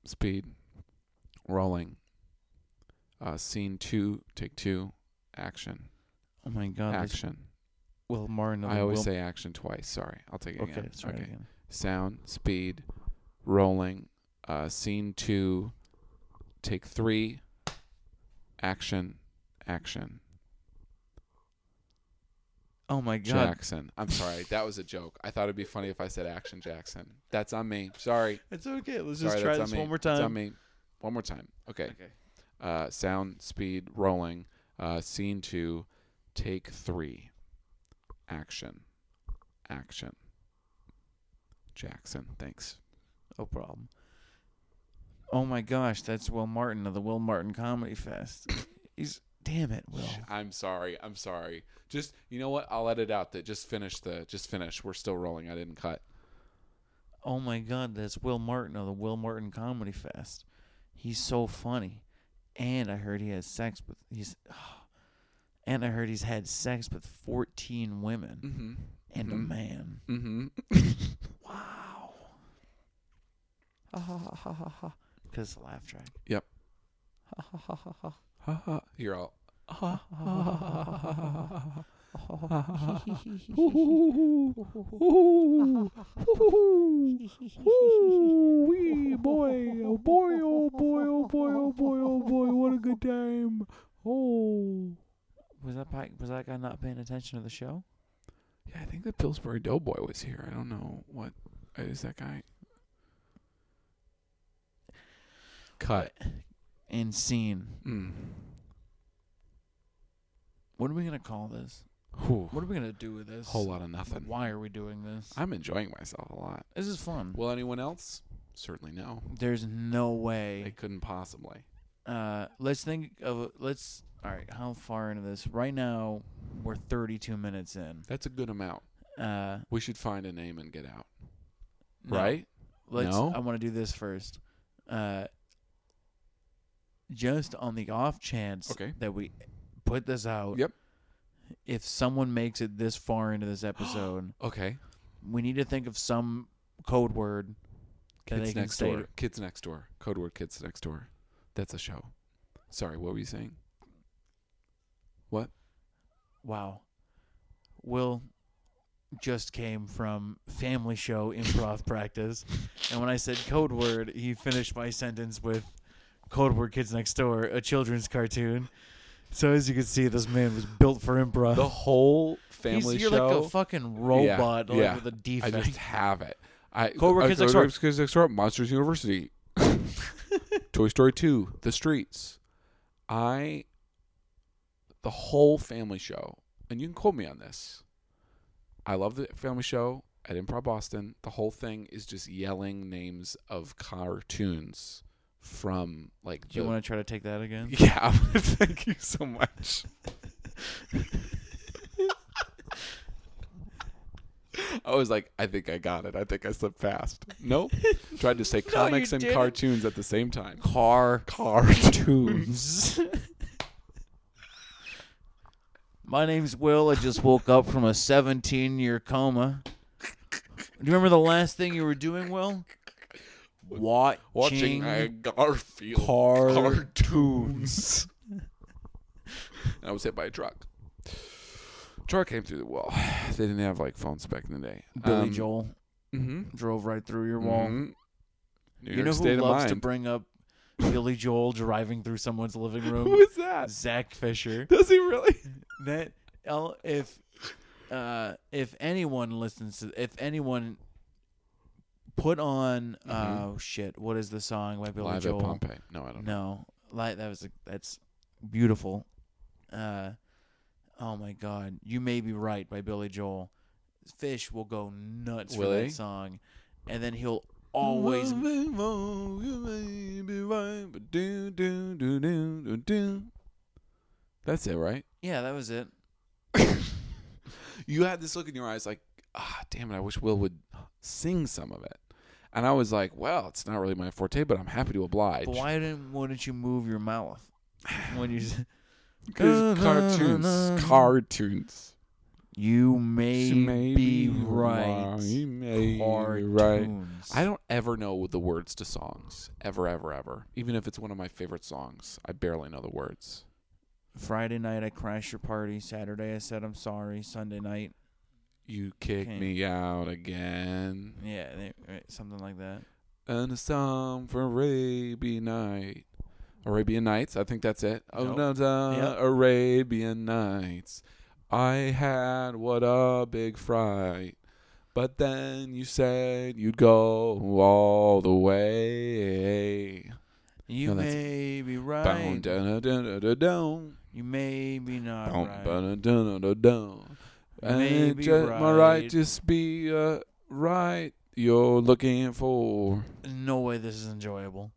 B: speed, rolling. Uh, scene two, take two, action,
A: Oh my god. this
B: action.
A: Will Martin. of
B: I
A: the
B: always
A: Will-
B: say action twice. Sorry, I'll take it
A: Okay.
B: again.
A: Let's try it again.
B: Sound, speed, rolling. Uh, scene two, take three, action, action.
A: Oh my god.
B: Jackson. I'm sorry, that was a joke. I thought it'd be funny if I said action Jackson. That's on me. Sorry.
A: It's okay. Let's
B: Sorry,
A: just try
B: that's on
A: this
B: me.
A: one more
B: It's on
A: time.
B: me. One more time. Okay.
A: Okay.
B: Uh, sound, speed, rolling. Uh, scene two, take three. Action. Action. Jackson. Thanks.
A: No problem. Oh my gosh, that's Will Martin of the Will Martin Comedy Fest. He's damn it, Will.
B: I'm sorry. I'm sorry. Just you know what? I'll edit out that. Just finish the. Just finish. We're still rolling. I didn't cut.
A: Oh my god, that's Will Martin of the Will Martin Comedy Fest. He's so funny. And I heard he has sex with he's and I heard he's had sex with 14 women
B: Mm-hmm.
A: and a
B: Mhm.
A: man.
B: Mm-hmm.
A: Wow. Ha ha ha ha ha ha. Cuz the laugh track.
B: Yep.
A: Ha ha ha ha ha.
B: Ha ha. You're all. Ooh, boy, oh boy, oh boy, oh boy, oh boy, oh boy, what a good time. Oh.
A: Was that pi- was that guy not paying attention to the show?
B: Yeah, I think the Pillsbury Doughboy was here. I don't know what uh, is that guy. Cut.
A: And scene.
B: Mm.
A: What are we gonna call this?
B: Whew,
A: What are we gonna do with this?
B: whole lot of nothing.
A: Why are we doing this?
B: I'm enjoying myself a lot.
A: this is fun.
B: Will anyone else? Certainly no.
A: There's no
B: They
A: way.
B: couldn't possibly.
A: Uh, let's think of let's. All right, how far into this? Right now, we're 32 minutes in.
B: That's a good amount.
A: Uh,
B: We should find a name and get out.
A: no,
B: Right?
A: Let's.
B: No?
A: I want to do this first. Uh, just on the off chance
B: Okay.
A: that we put this out.
B: Yep.
A: If someone makes it this far into this episode,
B: Okay.
A: we need to think of some code word that they
B: Kids
A: can
B: next
A: say.
B: door. Kids next door. Code word kids next door. That's a show. Sorry, what were you saying?
A: Wow. Will just came from family show improv practice. And when I said code word, he finished my sentence with code word kids next door, a children's cartoon. So as you can see, this man was built for improv.
B: The whole
A: He's-
B: family
A: you're
B: show.
A: like a fucking robot like,
B: yeah.
A: with a
B: I
A: defect.
B: just have it. I
A: Code Word
B: I-
A: Kids
B: Code
A: Next Door.
B: Word Kids Next Door, Monsters University, Toy Story Two, The Streets. I, the whole family show, and you can quote me on this. I love the family show at Improv Boston. The whole thing is just yelling names of cartoons from like.
A: Do you
B: the-
A: want to try to take that again?
B: Yeah, I wanna thank you so much. I was like, I think I got it. I think I slipped past. Nope. Tried to say
A: No, you
B: comics and
A: didn't.
B: cartoons at the same time. Car cartoons.
A: My name's Will. I just woke up from a 17 year coma. Do you remember the last thing you were doing, Will? Watching,
B: Watching uh, Garfield
A: car-
B: cartoons. and I was hit by a truck. Truck came through the wall. They didn't have like phones back in the day.
A: Billy
B: Um,
A: Joel
B: mhm.
A: drove right through your wall.
B: Mhm. New
A: You
B: York
A: know who
B: State of
A: loves
B: Mind.
A: to bring up Billy Joel driving through someone's living
B: Who
A: room?
B: is that?
A: Zach Fisher.
B: Does he really?
A: That L if uh, if anyone listens to, if anyone put on,
B: Mhm.
A: oh shit, what is the song by Billy
B: Live
A: Joel?
B: at Pompeii. No, I don't know.
A: No, like that was a, that's beautiful. Uh, oh my God, you may be right by Billy Joel. Fish will go nuts
B: Will
A: for
B: he?
A: that song, and then he'll always.
B: That's it, right?
A: Yeah, that was it.
B: you had this look in your eyes like, ah, damn it, I wish Will would sing some of it. And I was like, well, it's not really my forte, but I'm happy to oblige.
A: But why didn't wouldn't you move your mouth when you? s-
B: 'Cause cartoons. Cartoons.
A: You may,
B: She may
A: be
B: be
A: right.
B: You may be right.
A: Cartoons.
B: I don't ever know the words to songs. Ever, ever, ever. Even if it's one of my favorite songs, I barely know the words.
A: Friday night I crashed your party. Saturday I said I'm sorry. Sunday night,
B: You kick
A: Okay.
B: me out again.
A: yeah, they, right, something like that.
B: And a song for Arabian Night. Arabian Nights, I think that's it. Oh
A: Nope.
B: no, da,
A: Yep.
B: Arabian Nights. I had what a big fright. But then you said you'd go all the way.
A: You
B: No, that's-
A: may be
B: Bow,
A: right.
B: da, da, da, da, da,
A: You may be not
B: Bow,
A: right.
B: ba, da, da, da, da, da.
A: You
B: And
A: may
B: it
A: be
B: just my right
A: right.
B: just be uh, right you're looking for.
A: No way this is enjoyable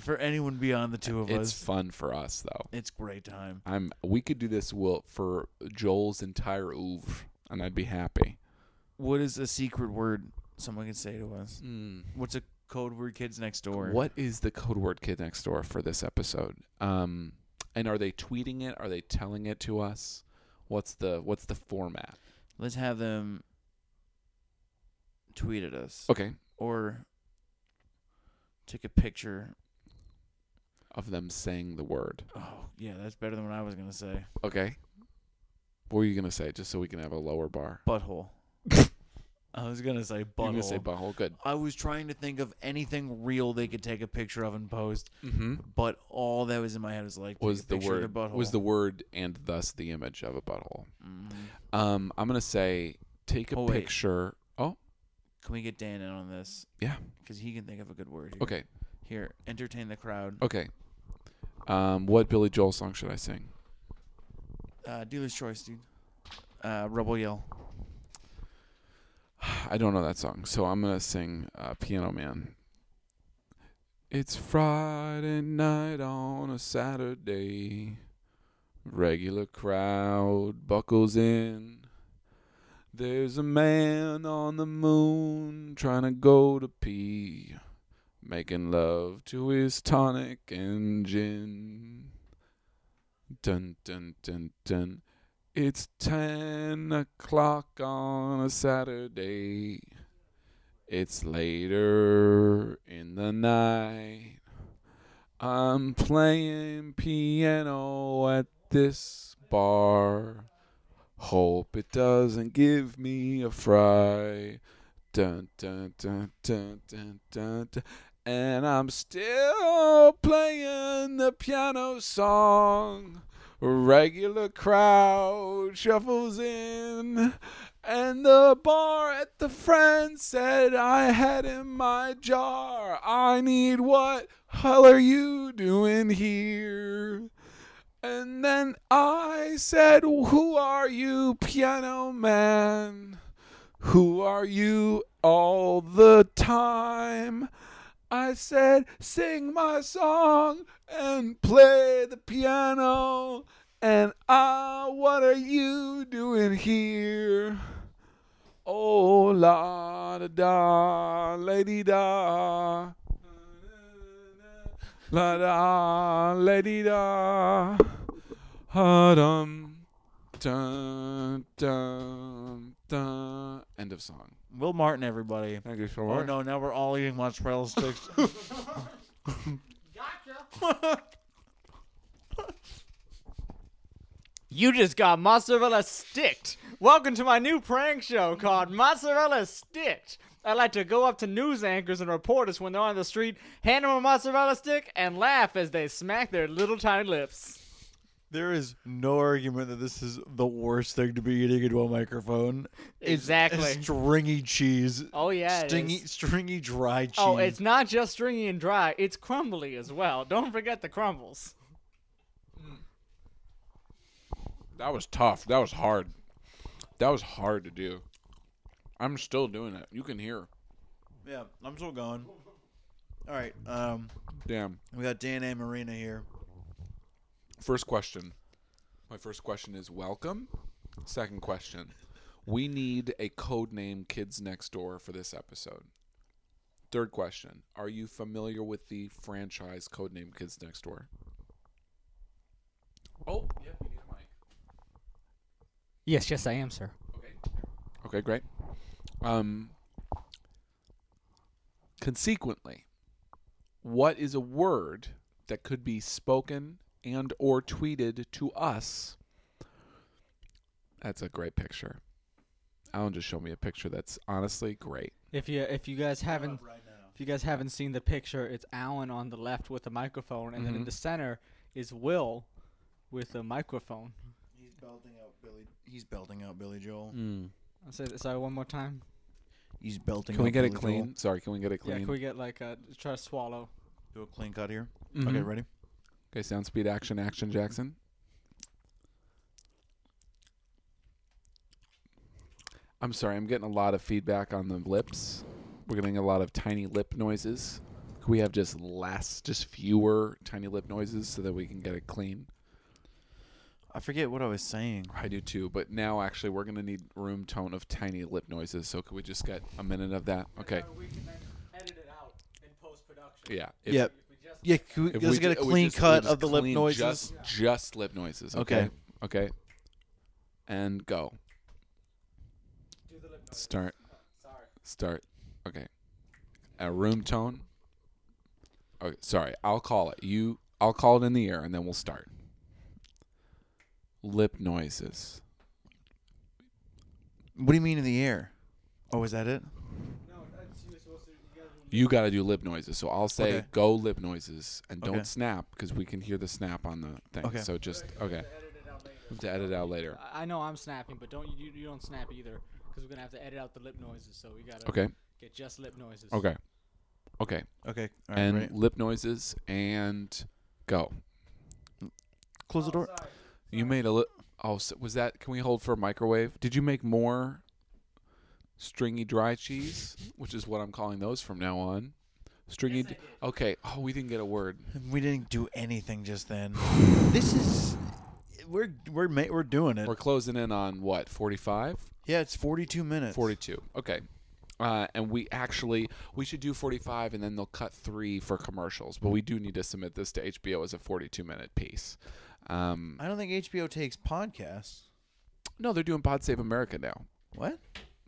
A: for anyone beyond the two of
B: It's
A: us.
B: fun for us though.
A: It's great time.
B: I'm we could do this will for Joel's entire oeuvre and I'd be happy.
A: What is a secret word someone could say to us? Hmm, What's a code word kids next door?
B: What is the code word kid next door for this episode? Um and are they tweeting it? Are they telling it to us? What's the what's the format?
A: Let's have them tweet at us
B: Okay.
A: or take a picture.
B: Of them saying the word.
A: Oh, yeah, that's better than what I was going to say.
B: Okay. What were you gonna say? Just so we can have a lower bar.
A: Butthole. I was going to say
B: You're gonna
A: butthole.
B: say butthole. Good.
A: I was trying to think of anything real they could take a picture of and post,
B: Mm-hmm.
A: but all that was in my head was like take
B: Was
A: a
B: the
A: picture of
B: word
A: their butthole.
B: was the word and thus the image of a butthole.
A: Mhm.
B: Um, I'm gonna say take a
A: Oh, wait.
B: picture. Oh,
A: Can we get Dan in on this?
B: Yeah.
A: because he can think of a good word. Here.
B: okay,
A: here, entertain the crowd.
B: okay. Um, what Billy Joel song should I sing?
A: Uh, dealer's choice, dude. Uh, Rebel yell.
B: I don't know that song, so I'm gonna sing uh, Piano Man. It's Friday night on a Saturday. Regular crowd buckles in. There's a man on the moon trying to go to pee, making love to his tonic and gin. Dun dun dun dun. It's ten o'clock on a Saturday. It's later in the night. I'm playing piano at this bar. Hope it doesn't give me a fry. Dun, dun, dun, dun, dun, dun, dun. And I'm still playing the piano song. Regular crowd shuffles in, and the bar at the friend said, I had in my jar. I need what hell are you doing here? And then I said, Who are you, piano man? Who are you all the time? I said, Sing my song and play the piano. And ah, what are you doing here? Oh, la da da, lady da. La da, lady da. Ha dum. Dun, dun, dun. End of song.
A: Will Martin, everybody.
B: Thank you so
A: Oh no, now we're all eating mozzarella sticks.
C: You just got mozzarella sticked. Welcome to my new prank show called Mozzarella Sticked. I like to go up to news anchors and reporters when they're on the street, hand them a mozzarella stick, and laugh as they smack their little tiny lips.
A: There is no argument that this is the worst thing to be eating into a microphone. It's a
C: Exactly.
A: stringy cheese.
C: Oh yeah. it
A: stringy,
C: is.
A: stringy dry cheese.
C: Oh, it's not just stringy and dry. It's crumbly as well. Don't forget the crumbles.
B: That was tough. That was hard. That was hard to do. I'm still doing it. You can hear.
A: Yeah, I'm still going. All right. Um,
B: Damn.
A: we got DNA Marina here.
B: First question. My first question is welcome. Second question. We need a code name kids next door for this episode. Third question. Are you familiar with the franchise codename Kids Next Door? Oh, yep, we need a mic.
C: Yes, yes, I am, sir.
B: Okay, great. Um, consequently, what is a word that could be spoken and or tweeted to us? That's a great picture. Alan just showed me a picture that's honestly great.
C: If you if you guys haven't
A: Right now.
C: if you guys haven't seen the picture, it's Alan on the left with a microphone, and then in the center is Will with a microphone.
A: He's belting out Billy. He's belting out Billy Joel.
B: Mm.
C: I'll say sorry one more time.
A: He's belting.
B: Can we
A: out
B: get it
A: Billy
B: clean?
A: Joel.
B: Sorry, can we get it
C: Yeah,
B: clean?
C: can we get like a try to swallow?
A: Do a clean cut here.
B: Mhm.
A: Okay, ready?
B: Okay, sound speed action action Jackson. I'm sorry, I'm getting a lot of feedback on the lips. We're getting a lot of tiny lip noises. Can we have just less just fewer tiny lip noises so that we can get it clean?
A: I forget what I was saying.
B: I do too, but now actually we're gonna need room tone of tiny lip noises. So could we just get a minute of that? Okay.
C: We can then edit it out in post production.
B: Yeah. If,
A: Yep.
C: If we just
A: Yeah, can we,
B: if
A: let's
B: we
A: get a
B: ju- we
A: clean
B: just- we
A: cut
B: just
A: of the lip
B: clean
A: noises.
B: Just, just lip noises. Okay. Okay. And go.
C: do the lip noise.
B: Start.
C: Sorry.
B: Start. Okay. A room tone. Okay, sorry. I'll call it. You I'll call it in the air and then we'll start. Lip noises.
A: What do you mean in the air? Oh, is that it?
C: No, that's you were supposed to. You guys were
B: You got to do lip noises. So I'll say
A: Okay.
B: go lip noises and don't
A: Okay.
B: snap because we can hear the snap on the thing.
A: Okay.
B: So just okay.
C: edit it out later.
B: We have to edit out later.
C: I I know I'm snapping, but don't you you don't snap either, because we're gonna have to edit out the lip noises. So we gotta
B: Okay.
C: get just lip noises.
B: Okay. Okay.
A: Okay. All right,
B: And
A: ready?
B: lip noises and go.
A: Close the door.
B: You made a li- oh so was that? Can we hold for a microwave? Did you make more stringy dry cheese, which is what I'm calling those from now on? Stringy. d- okay. Oh, we didn't get a word.
A: We didn't do anything just then. this is we're we're ma- we're doing it.
B: We're closing in on what? 45,
A: yeah, it's 42 minutes.
B: 42. Okay. Uh, and we actually we should do 45 and then they'll cut three for commercials but we do need to submit this to hbo as a 42 minute piece um,
A: I don't think HBO takes podcasts.
B: no they're doing pod save america now
A: What?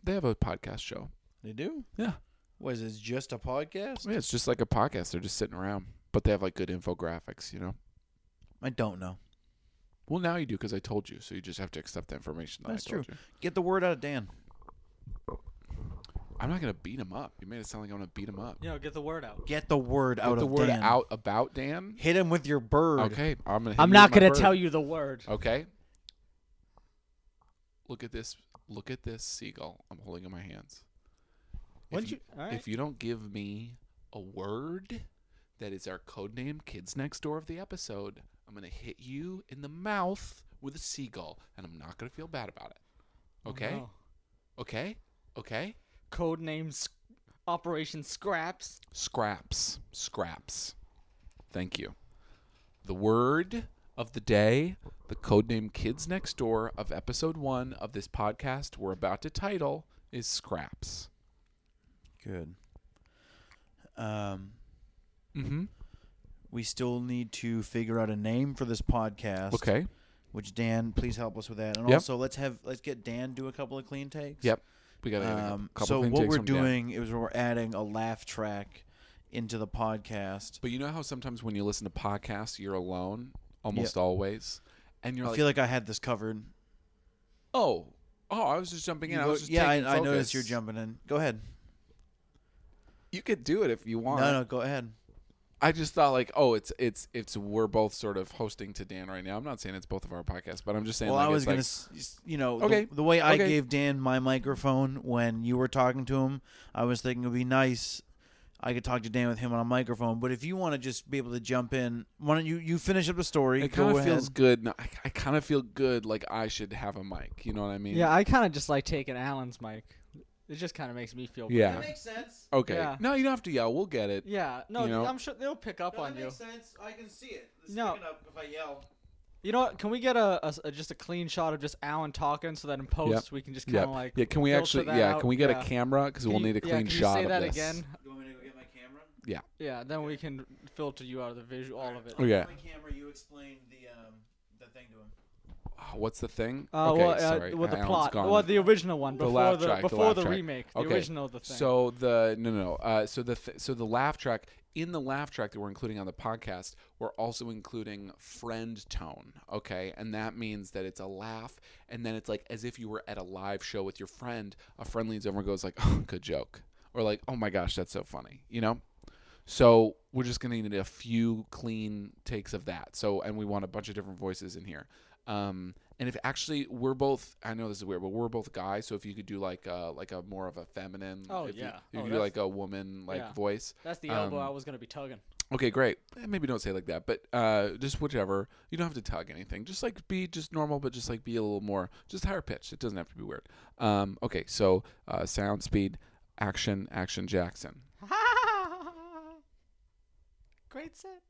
B: they have a podcast show
A: They do?
B: yeah
A: Was it just a podcast?
B: Yeah, it's just like a podcast. They're just sitting around, but they have like good infographics, you know.
A: I don't know.
B: Well, now you do because I told you, so you just have to accept the information. That
A: That's
B: I told
A: true.
B: You.
A: Get the word out of Dan.
B: I'm not gonna beat him up. You made it sound like I'm gonna beat him up.
C: You know, get the word out.
A: Get the word out
B: Get the
A: of
B: word
A: Dan.
B: out about Dan.
A: Hit him with your bird.
B: Okay, I'm gonna. hit
C: I'm
B: you
C: not
B: with my
C: gonna
B: bird.
C: tell you the word.
B: Okay. Look at this. Look at this seagull. I'm holding in my hands. if
C: Wouldn't you? All right.
B: If you don't give me a word that is our codename Kids Next Door of the episode, I'm going to hit you in the mouth with a seagull, and I'm not going to feel bad about it. Okay?
C: Oh, No.
B: Okay? Okay?
C: Code names, Operation Scraps.
B: Scraps. Scraps. Thank you. The word of the day, the codename Kids Next Door of episode one of this podcast we're about to title is Scraps.
A: Good. Um,
B: Mm hmm.
A: we still need to figure out a name for this podcast.
B: Okay.
A: Which Dan, please help us with that. And
B: Yep.
A: also, let's have let's get Dan do a couple of clean takes.
B: Yep. We got
A: Um,
B: a couple
A: so
B: clean
A: what
B: takes
A: we're
B: from Dan.
A: doing is we're adding a laugh track into the podcast.
B: But you know how sometimes when you listen to podcasts, you're alone almost always, and you're
A: I
B: like,
A: feel like I had this covered.
B: "Oh, oh, I was just jumping in.
A: You
B: I
A: go-
B: was just
A: yeah, I,
B: taking
A: I noticed you're
B: focus."
A: jumping in. Go ahead.
B: You could do it if you want.
A: No, no, go ahead.
B: I just thought like, oh, it's it's it's we're both sort of hosting to Dan right now. I'm not saying it's both of our podcasts, but I'm just saying.
A: Well,
B: like,
A: I was
B: it's
A: gonna,
B: like-
A: s- s- you know,
B: Okay,
A: the, the way I
B: okay.
A: gave Dan my microphone when you were talking to him, I was thinking it would be nice. I could talk to Dan with him on a microphone, but if you want to just be able to jump in, why don't you you finish up the story?
B: It
A: go
B: kind of
A: ahead.
B: feels good. No, I, I kind of feel good. Like I should have a mic. You know what I mean?
C: Yeah, I kind of just like taking Alan's mic. It just kind of makes me feel.
B: Yeah.
A: That makes sense.
B: Okay.
C: Yeah.
B: No, you don't have to yell. We'll get it.
C: Yeah. No,
B: You know?
C: I'm sure they'll pick up
A: No,
C: on
A: that
C: you.
A: makes sense. I can see it. It's
C: No.
A: picking up if I yell.
C: You know what? Can we get a, a s- a- just a clean shot of just Alan talking so that in post we can just kind
B: Yeah.
C: of like.
B: yeah. Can we
C: filter
B: actually?
C: that
B: Yeah.
C: out.
B: Can we get
C: Yeah.
B: a camera? Because we'll
C: Can you-
B: need a
C: yeah,
B: clean
C: can you
B: shot
C: say
B: of
C: that
B: this.
C: again?
A: You want me to go get my camera?
C: Yeah, then we can filter you out of the visual, all of it.
B: Okay.
A: My camera. You explained the um the thing to him.
B: Oh, What's the thing?
C: Uh,
B: okay.
C: well, uh,
B: sorry.
C: With the
B: Alan's
C: plot,
B: gone.
C: well, the original one
B: The
C: before
B: laugh
C: the,
B: track, the
C: before
B: laugh
C: the,
B: track.
C: remake, the
B: Okay,
C: original of the thing.
B: So the no no no. Uh, so the th- so the laugh track in the laugh track that we're including on the podcast, we're also including friend tone. Okay, and that means that it's a laugh, and then it's like as if you were at a live show with your friend. A friend leans over and goes like, "Oh, good joke," or like, "Oh my gosh, that's so funny," you know. So we're just gonna need a few clean takes of that. So and we want a bunch of different voices in here. Um, and if actually we're both, I know this is weird, but we're both guys. So if you could do like a, like a more of a feminine,
C: Oh,
B: if you-
C: yeah.
B: you,
C: Oh,
B: could do
C: that's-
B: like a woman like
C: yeah.
B: voice.
C: That's the
B: um,
C: elbow I was gonna be tugging.
B: Okay, great. Eh, Maybe don't say it like that, but uh, just whichever. You don't have to tug anything. Just like be just normal, but just like be a little more, just higher pitched. It doesn't have to be weird. Um, okay, so uh, sound speed, action, action, Jackson.
C: Great set.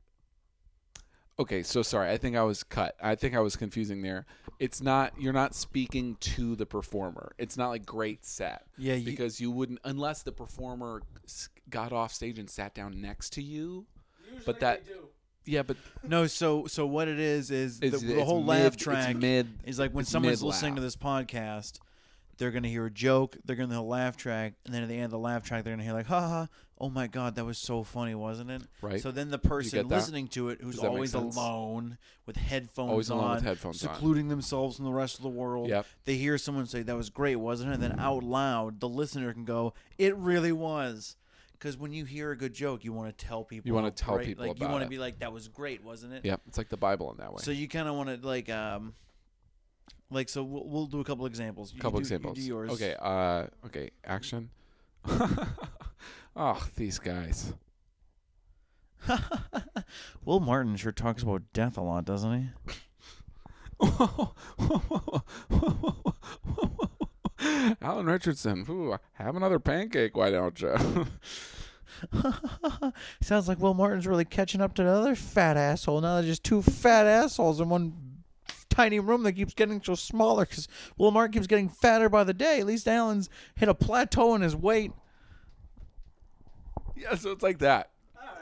B: Okay, so sorry. I think I was cut. I think I was confusing there. It's not you're not speaking to the performer. It's not like great set.
A: Yeah, you-
B: because you wouldn't unless the performer s- got off stage and sat down next to you. but that yeah, but
A: No, so so what it is is the,
B: It's-
A: the
B: it's
A: whole
B: mid-
A: laugh
B: it's
A: track
B: mid-
A: is like when
B: it's
A: someone's
B: mid-laugh.
A: listening to this podcast, they're gonna hear a joke, they're gonna hear a laugh track, and then at the end of the laugh track, they're gonna hear like, "Ha ha! Oh my god, that was so funny, wasn't it?"
B: Right.
A: So then the
B: get
A: person
B: that?
A: listening to it, who's
B: Does that make
A: always
B: sense?
A: alone with headphones
B: Always
A: on,
B: alone with headphones on.
A: secluding themselves from the rest of the world,
B: Yep.
A: they hear someone say, "That was great, wasn't it?" And then out loud, the listener can go, "It really was." Because when you hear a good joke, you want to tell people.
B: You wanna
A: how
B: tell
A: great-
B: people
A: like you
B: about
A: wanna
B: it.
A: be like, "That was great, wasn't it?"
B: yeah, it's like the Bible in that way.
A: So you kind of want to like um, like so we'll, we'll do a couple examples. You
B: couple
A: do- you
B: examples.
A: do yours.
B: Okay, uh, okay, action. oh, these guys.
A: Will Martin sure talks about death a lot, doesn't he?
B: Alan Richardson, ooh, have another pancake, why don't you?
A: Sounds like Will Martin's really catching up to another fat asshole. Now there's just two fat assholes in one tiny room that keeps getting so smaller because Will Martin keeps getting fatter by the day. At least Alan's hit a plateau in his weight.
B: yeah, so it's like that.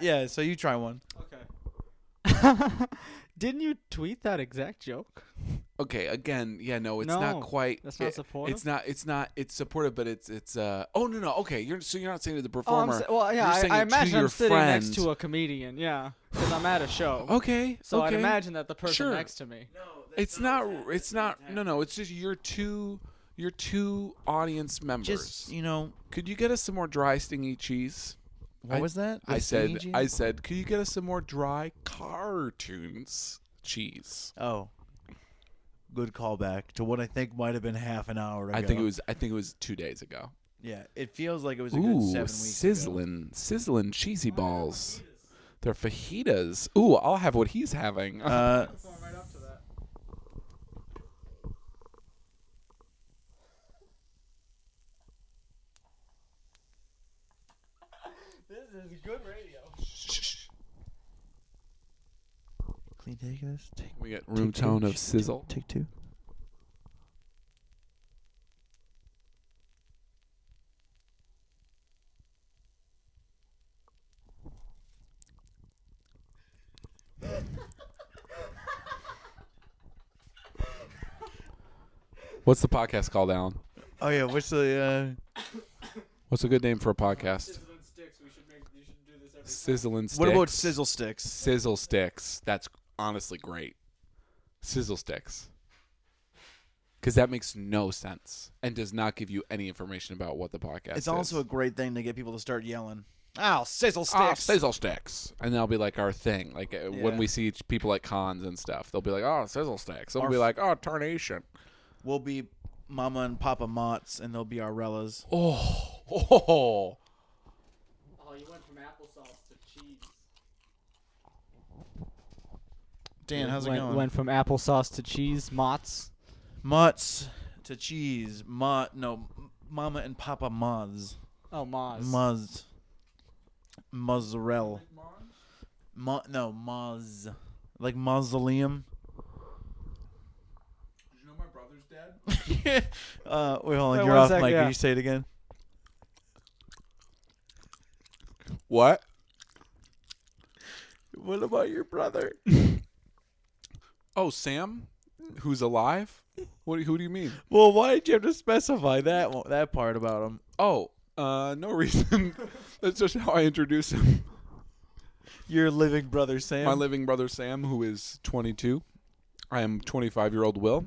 A: Yeah, so you try one.
C: Okay. Didn't you tweet that exact joke?
B: Okay, again, yeah, no, it's not
C: No,
B: quite.
C: that's not
B: it-
C: supportive?
B: It's not. It's not. It's supportive, but it's it's. uh Oh no, no. Okay, you're so you're not saying to the
C: Oh, I'm
B: performer.
C: s- well,
B: you're
C: yeah.
B: saying
C: I, I
B: it
C: imagine
B: to your
C: I'm sitting
B: friend.
C: next to a comedian. Yeah, because I'm at a show.
B: Okay.
C: So
B: Oh, okay.
C: I'd imagine that the person
B: Sure.
C: next to me.
A: No,
B: it's not. It's not. No, no. It's just your two. Your two audience members.
A: Just you know,
B: Could you get us some more dry stingy cheese?
A: what
B: I-
A: was that?
B: I
A: The
B: said.
A: stingy-
B: I said. Could you get us some more dry cartoons cheese?
A: Oh. Good callback to what I think might have been half an hour ago.
B: I think it was. I think it was two days ago.
A: Yeah, it feels like it was a good seven
B: Ooh,
A: weeks. Ago.
B: sizzling, sizzling cheesy balls. They're fajitas. Ooh, I'll have what he's having.
A: Uh,
C: This is good radio.
A: clean take of this. Take,
B: we get room
A: take two.
B: tone
A: Shh,
B: of sizzle.
A: Take, take two.
B: What's the podcast called, Alan?
A: Oh yeah, what's the? Uh,
B: What's a good name for a podcast? Sizzling sticks.
A: what about sizzle sticks?
B: sizzle sticks? That's honestly great. Sizzle sticks. Because that makes no sense and does not give you any information about what the podcast is.
A: It's also a great thing to get people to start yelling. Oh, sizzle sticks.
B: Ah, sizzle sticks, and that'll be like our thing. Like uh
A: Yeah.
B: when we see each- people at cons and stuff, they'll be like, "Oh, sizzle sticks." They'll
A: Our
B: be
A: f-
B: like, "Oh, tarnation."
A: We'll be Mama and Papa Mott's, and they'll be our Rellas.
B: Oh, oh,
C: Oh, you went from applesauce to cheese.
A: Dan, how's it
C: went,
A: going?
C: Went from applesauce to cheese, Mott's.
A: Mott's to cheese. Mott, no, Mama and Papa Mott's.
C: Oh, Moz.
A: Muzz. Mozzarella. Mu- no, Muzz. Like mausoleum.
B: Did you know my brother's dead?
A: uh, wait, hold on.
C: Wait,
A: You're
C: one
A: off
C: sec,
A: mic.
C: yeah.
A: Can you say it again?
B: What?
A: What about your brother?
B: Oh, Sam, who's alive? What? Who do you mean?
A: Well, why did you have to specify that one, that part about him?
B: Oh, uh, no reason. That's just how I introduce him.
A: Your living brother Sam.
B: My living brother Sam, who is 22. I am 25 year old Will.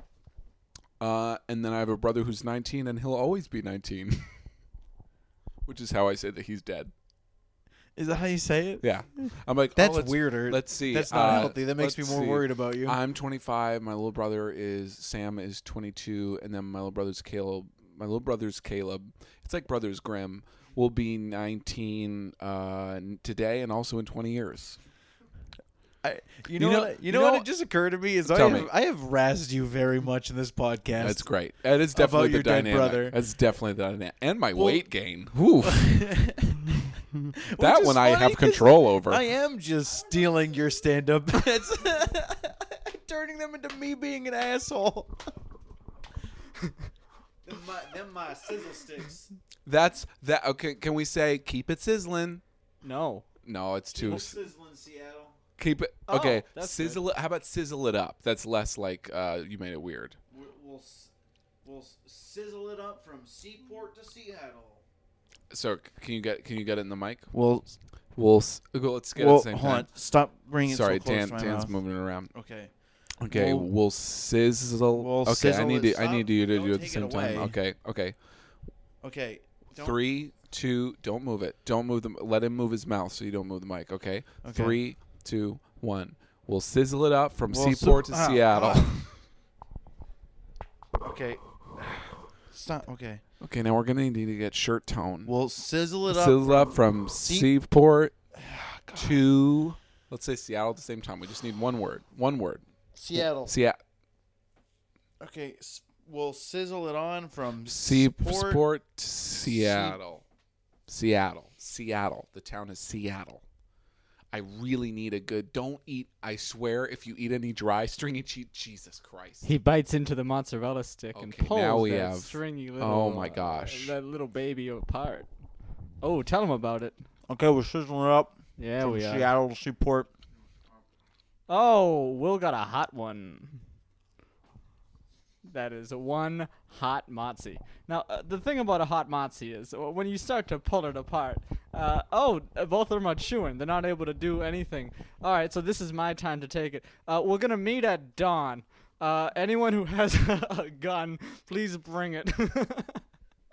B: Uh, and then I have a brother who's 19, and he'll always be 19. Which is how I say that he's dead.
A: Is that how you say it?
B: Yeah, I'm like oh,
A: That's
B: let's-
A: weirder.
B: Let's see.
A: That's not
B: uh,
A: healthy. That makes me
B: let's
A: more
B: see.
A: worried about you.
B: I'm 25. My little brother is Sam is 22, and then my little brother's Caleb. My little brother's Caleb. It's like brothers Grimm. Will be 19 uh, n- today, and also in 20 years.
A: I, you know,
B: know-
A: what, you
B: you
A: know,
B: know-
A: what? It just occurred to me is I
B: Tell
A: have,
B: me.
A: I have razzed you very much in this podcast.
B: That's great. That is definitely
A: your
B: the
A: dead
B: dynamic.
A: brother.
B: That's definitely the dynamic. And my
A: Well-
B: weight gain. Oof. that
A: is
B: one I
A: funny
B: have
A: 'cause
B: control over.
A: I am just stealing your stand-up bits, turning them into me being an asshole. them, my, them my sizzle sticks.
B: That's that. Okay, can we say keep it sizzling?
C: No.
B: No, it's too. s-
A: sizzling Seattle.
B: Keep it
C: Oh,
B: okay.
C: that's good.
B: sizzle. It, how about sizzle it up? That's less like uh, you made it weird.
A: We'll, we'll, we'll sizzle it up from Seaport to Seattle.
B: So c- can you get can you get it in the mic?
A: Well,
B: We'll s- go. Let's get it
A: well
B: at the same
A: hold on.
B: time.
A: Stop bringing it
B: Sorry,
A: so close
B: Dan.
A: to my
B: Dan's
A: mouth.
B: moving around.
A: Okay.
B: Okay,
A: We'll-
B: we'll, sizzle.
A: We'll
B: okay, I
A: sizzle
B: need
A: it-
B: to. I need you to
A: Stop.
B: do it
A: Don't
B: at the
A: take it
B: same time.
A: away.
B: Okay, okay.
A: Okay. Don't-
B: Three, two, don't move it. Don't move the. Let him move his mouth so you don't move the mic. Okay.
A: Okay.
B: Three, two, one. We'll sizzle it up from
A: We'll
B: Seaport
A: si-
B: to
A: ah,
B: Seattle.
A: Okay. Stop. Okay.
B: Okay, now we're gonna need to get shirt tone.
A: We'll sizzle it up. Ah,
B: sizzle up from
A: Se-
B: Seaport to. Let's say Seattle at the same time. We just need one word. One word.
A: Seattle.
B: Seattle.
A: Okay. s- We'll sizzle it on from Seaport.
B: Seaport to Seattle. Seattle. Seattle. The town is Seattle. I really need a good. Don't eat. I swear, if you eat any dry stringy cheese, Jesus Christ.
C: He bites into the mozzarella stick and
B: Okay,
C: pulls
B: now we
C: that
B: have-
C: stringy little.
B: Oh my
C: uh,
B: gosh.
C: that little baby apart. Oh, tell him about it.
A: Okay, we're sizzling it up
C: Yeah,
A: from
C: we are.
A: Seattle to Seaport.
C: Oh, Will got a hot one. That is one hot mozzie. Now, uh, the thing about a hot mozzie is uh, when you start to pull it apart, uh, oh, uh, both of them are chewing. They're not able to do anything. All right, so this is my time to take it. Uh, we're going to meet at dawn. Uh, anyone who has a gun, please bring it.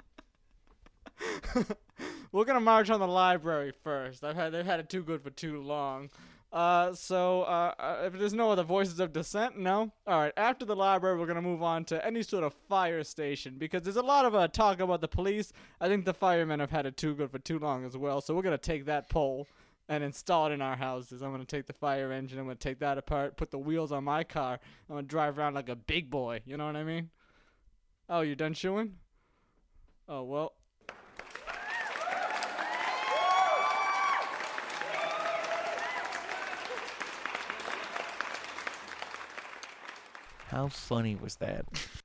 C: We're gonna march on the library first. I've had they've had it too good for too long. Uh, so uh, uh, if there's no other voices of dissent, no. All right. After the library, we're gonna move on to any sort of fire station because there's a lot of uh, talk about the police. I think the firemen have had it too good for too long as well. So we're gonna take that pole and install it in our houses. I'm gonna take the fire engine. I'm gonna take that apart. Put the wheels on my car. I'm gonna drive around like a big boy. You know what I mean? Oh, you done chewing? Oh well.
A: How funny was that?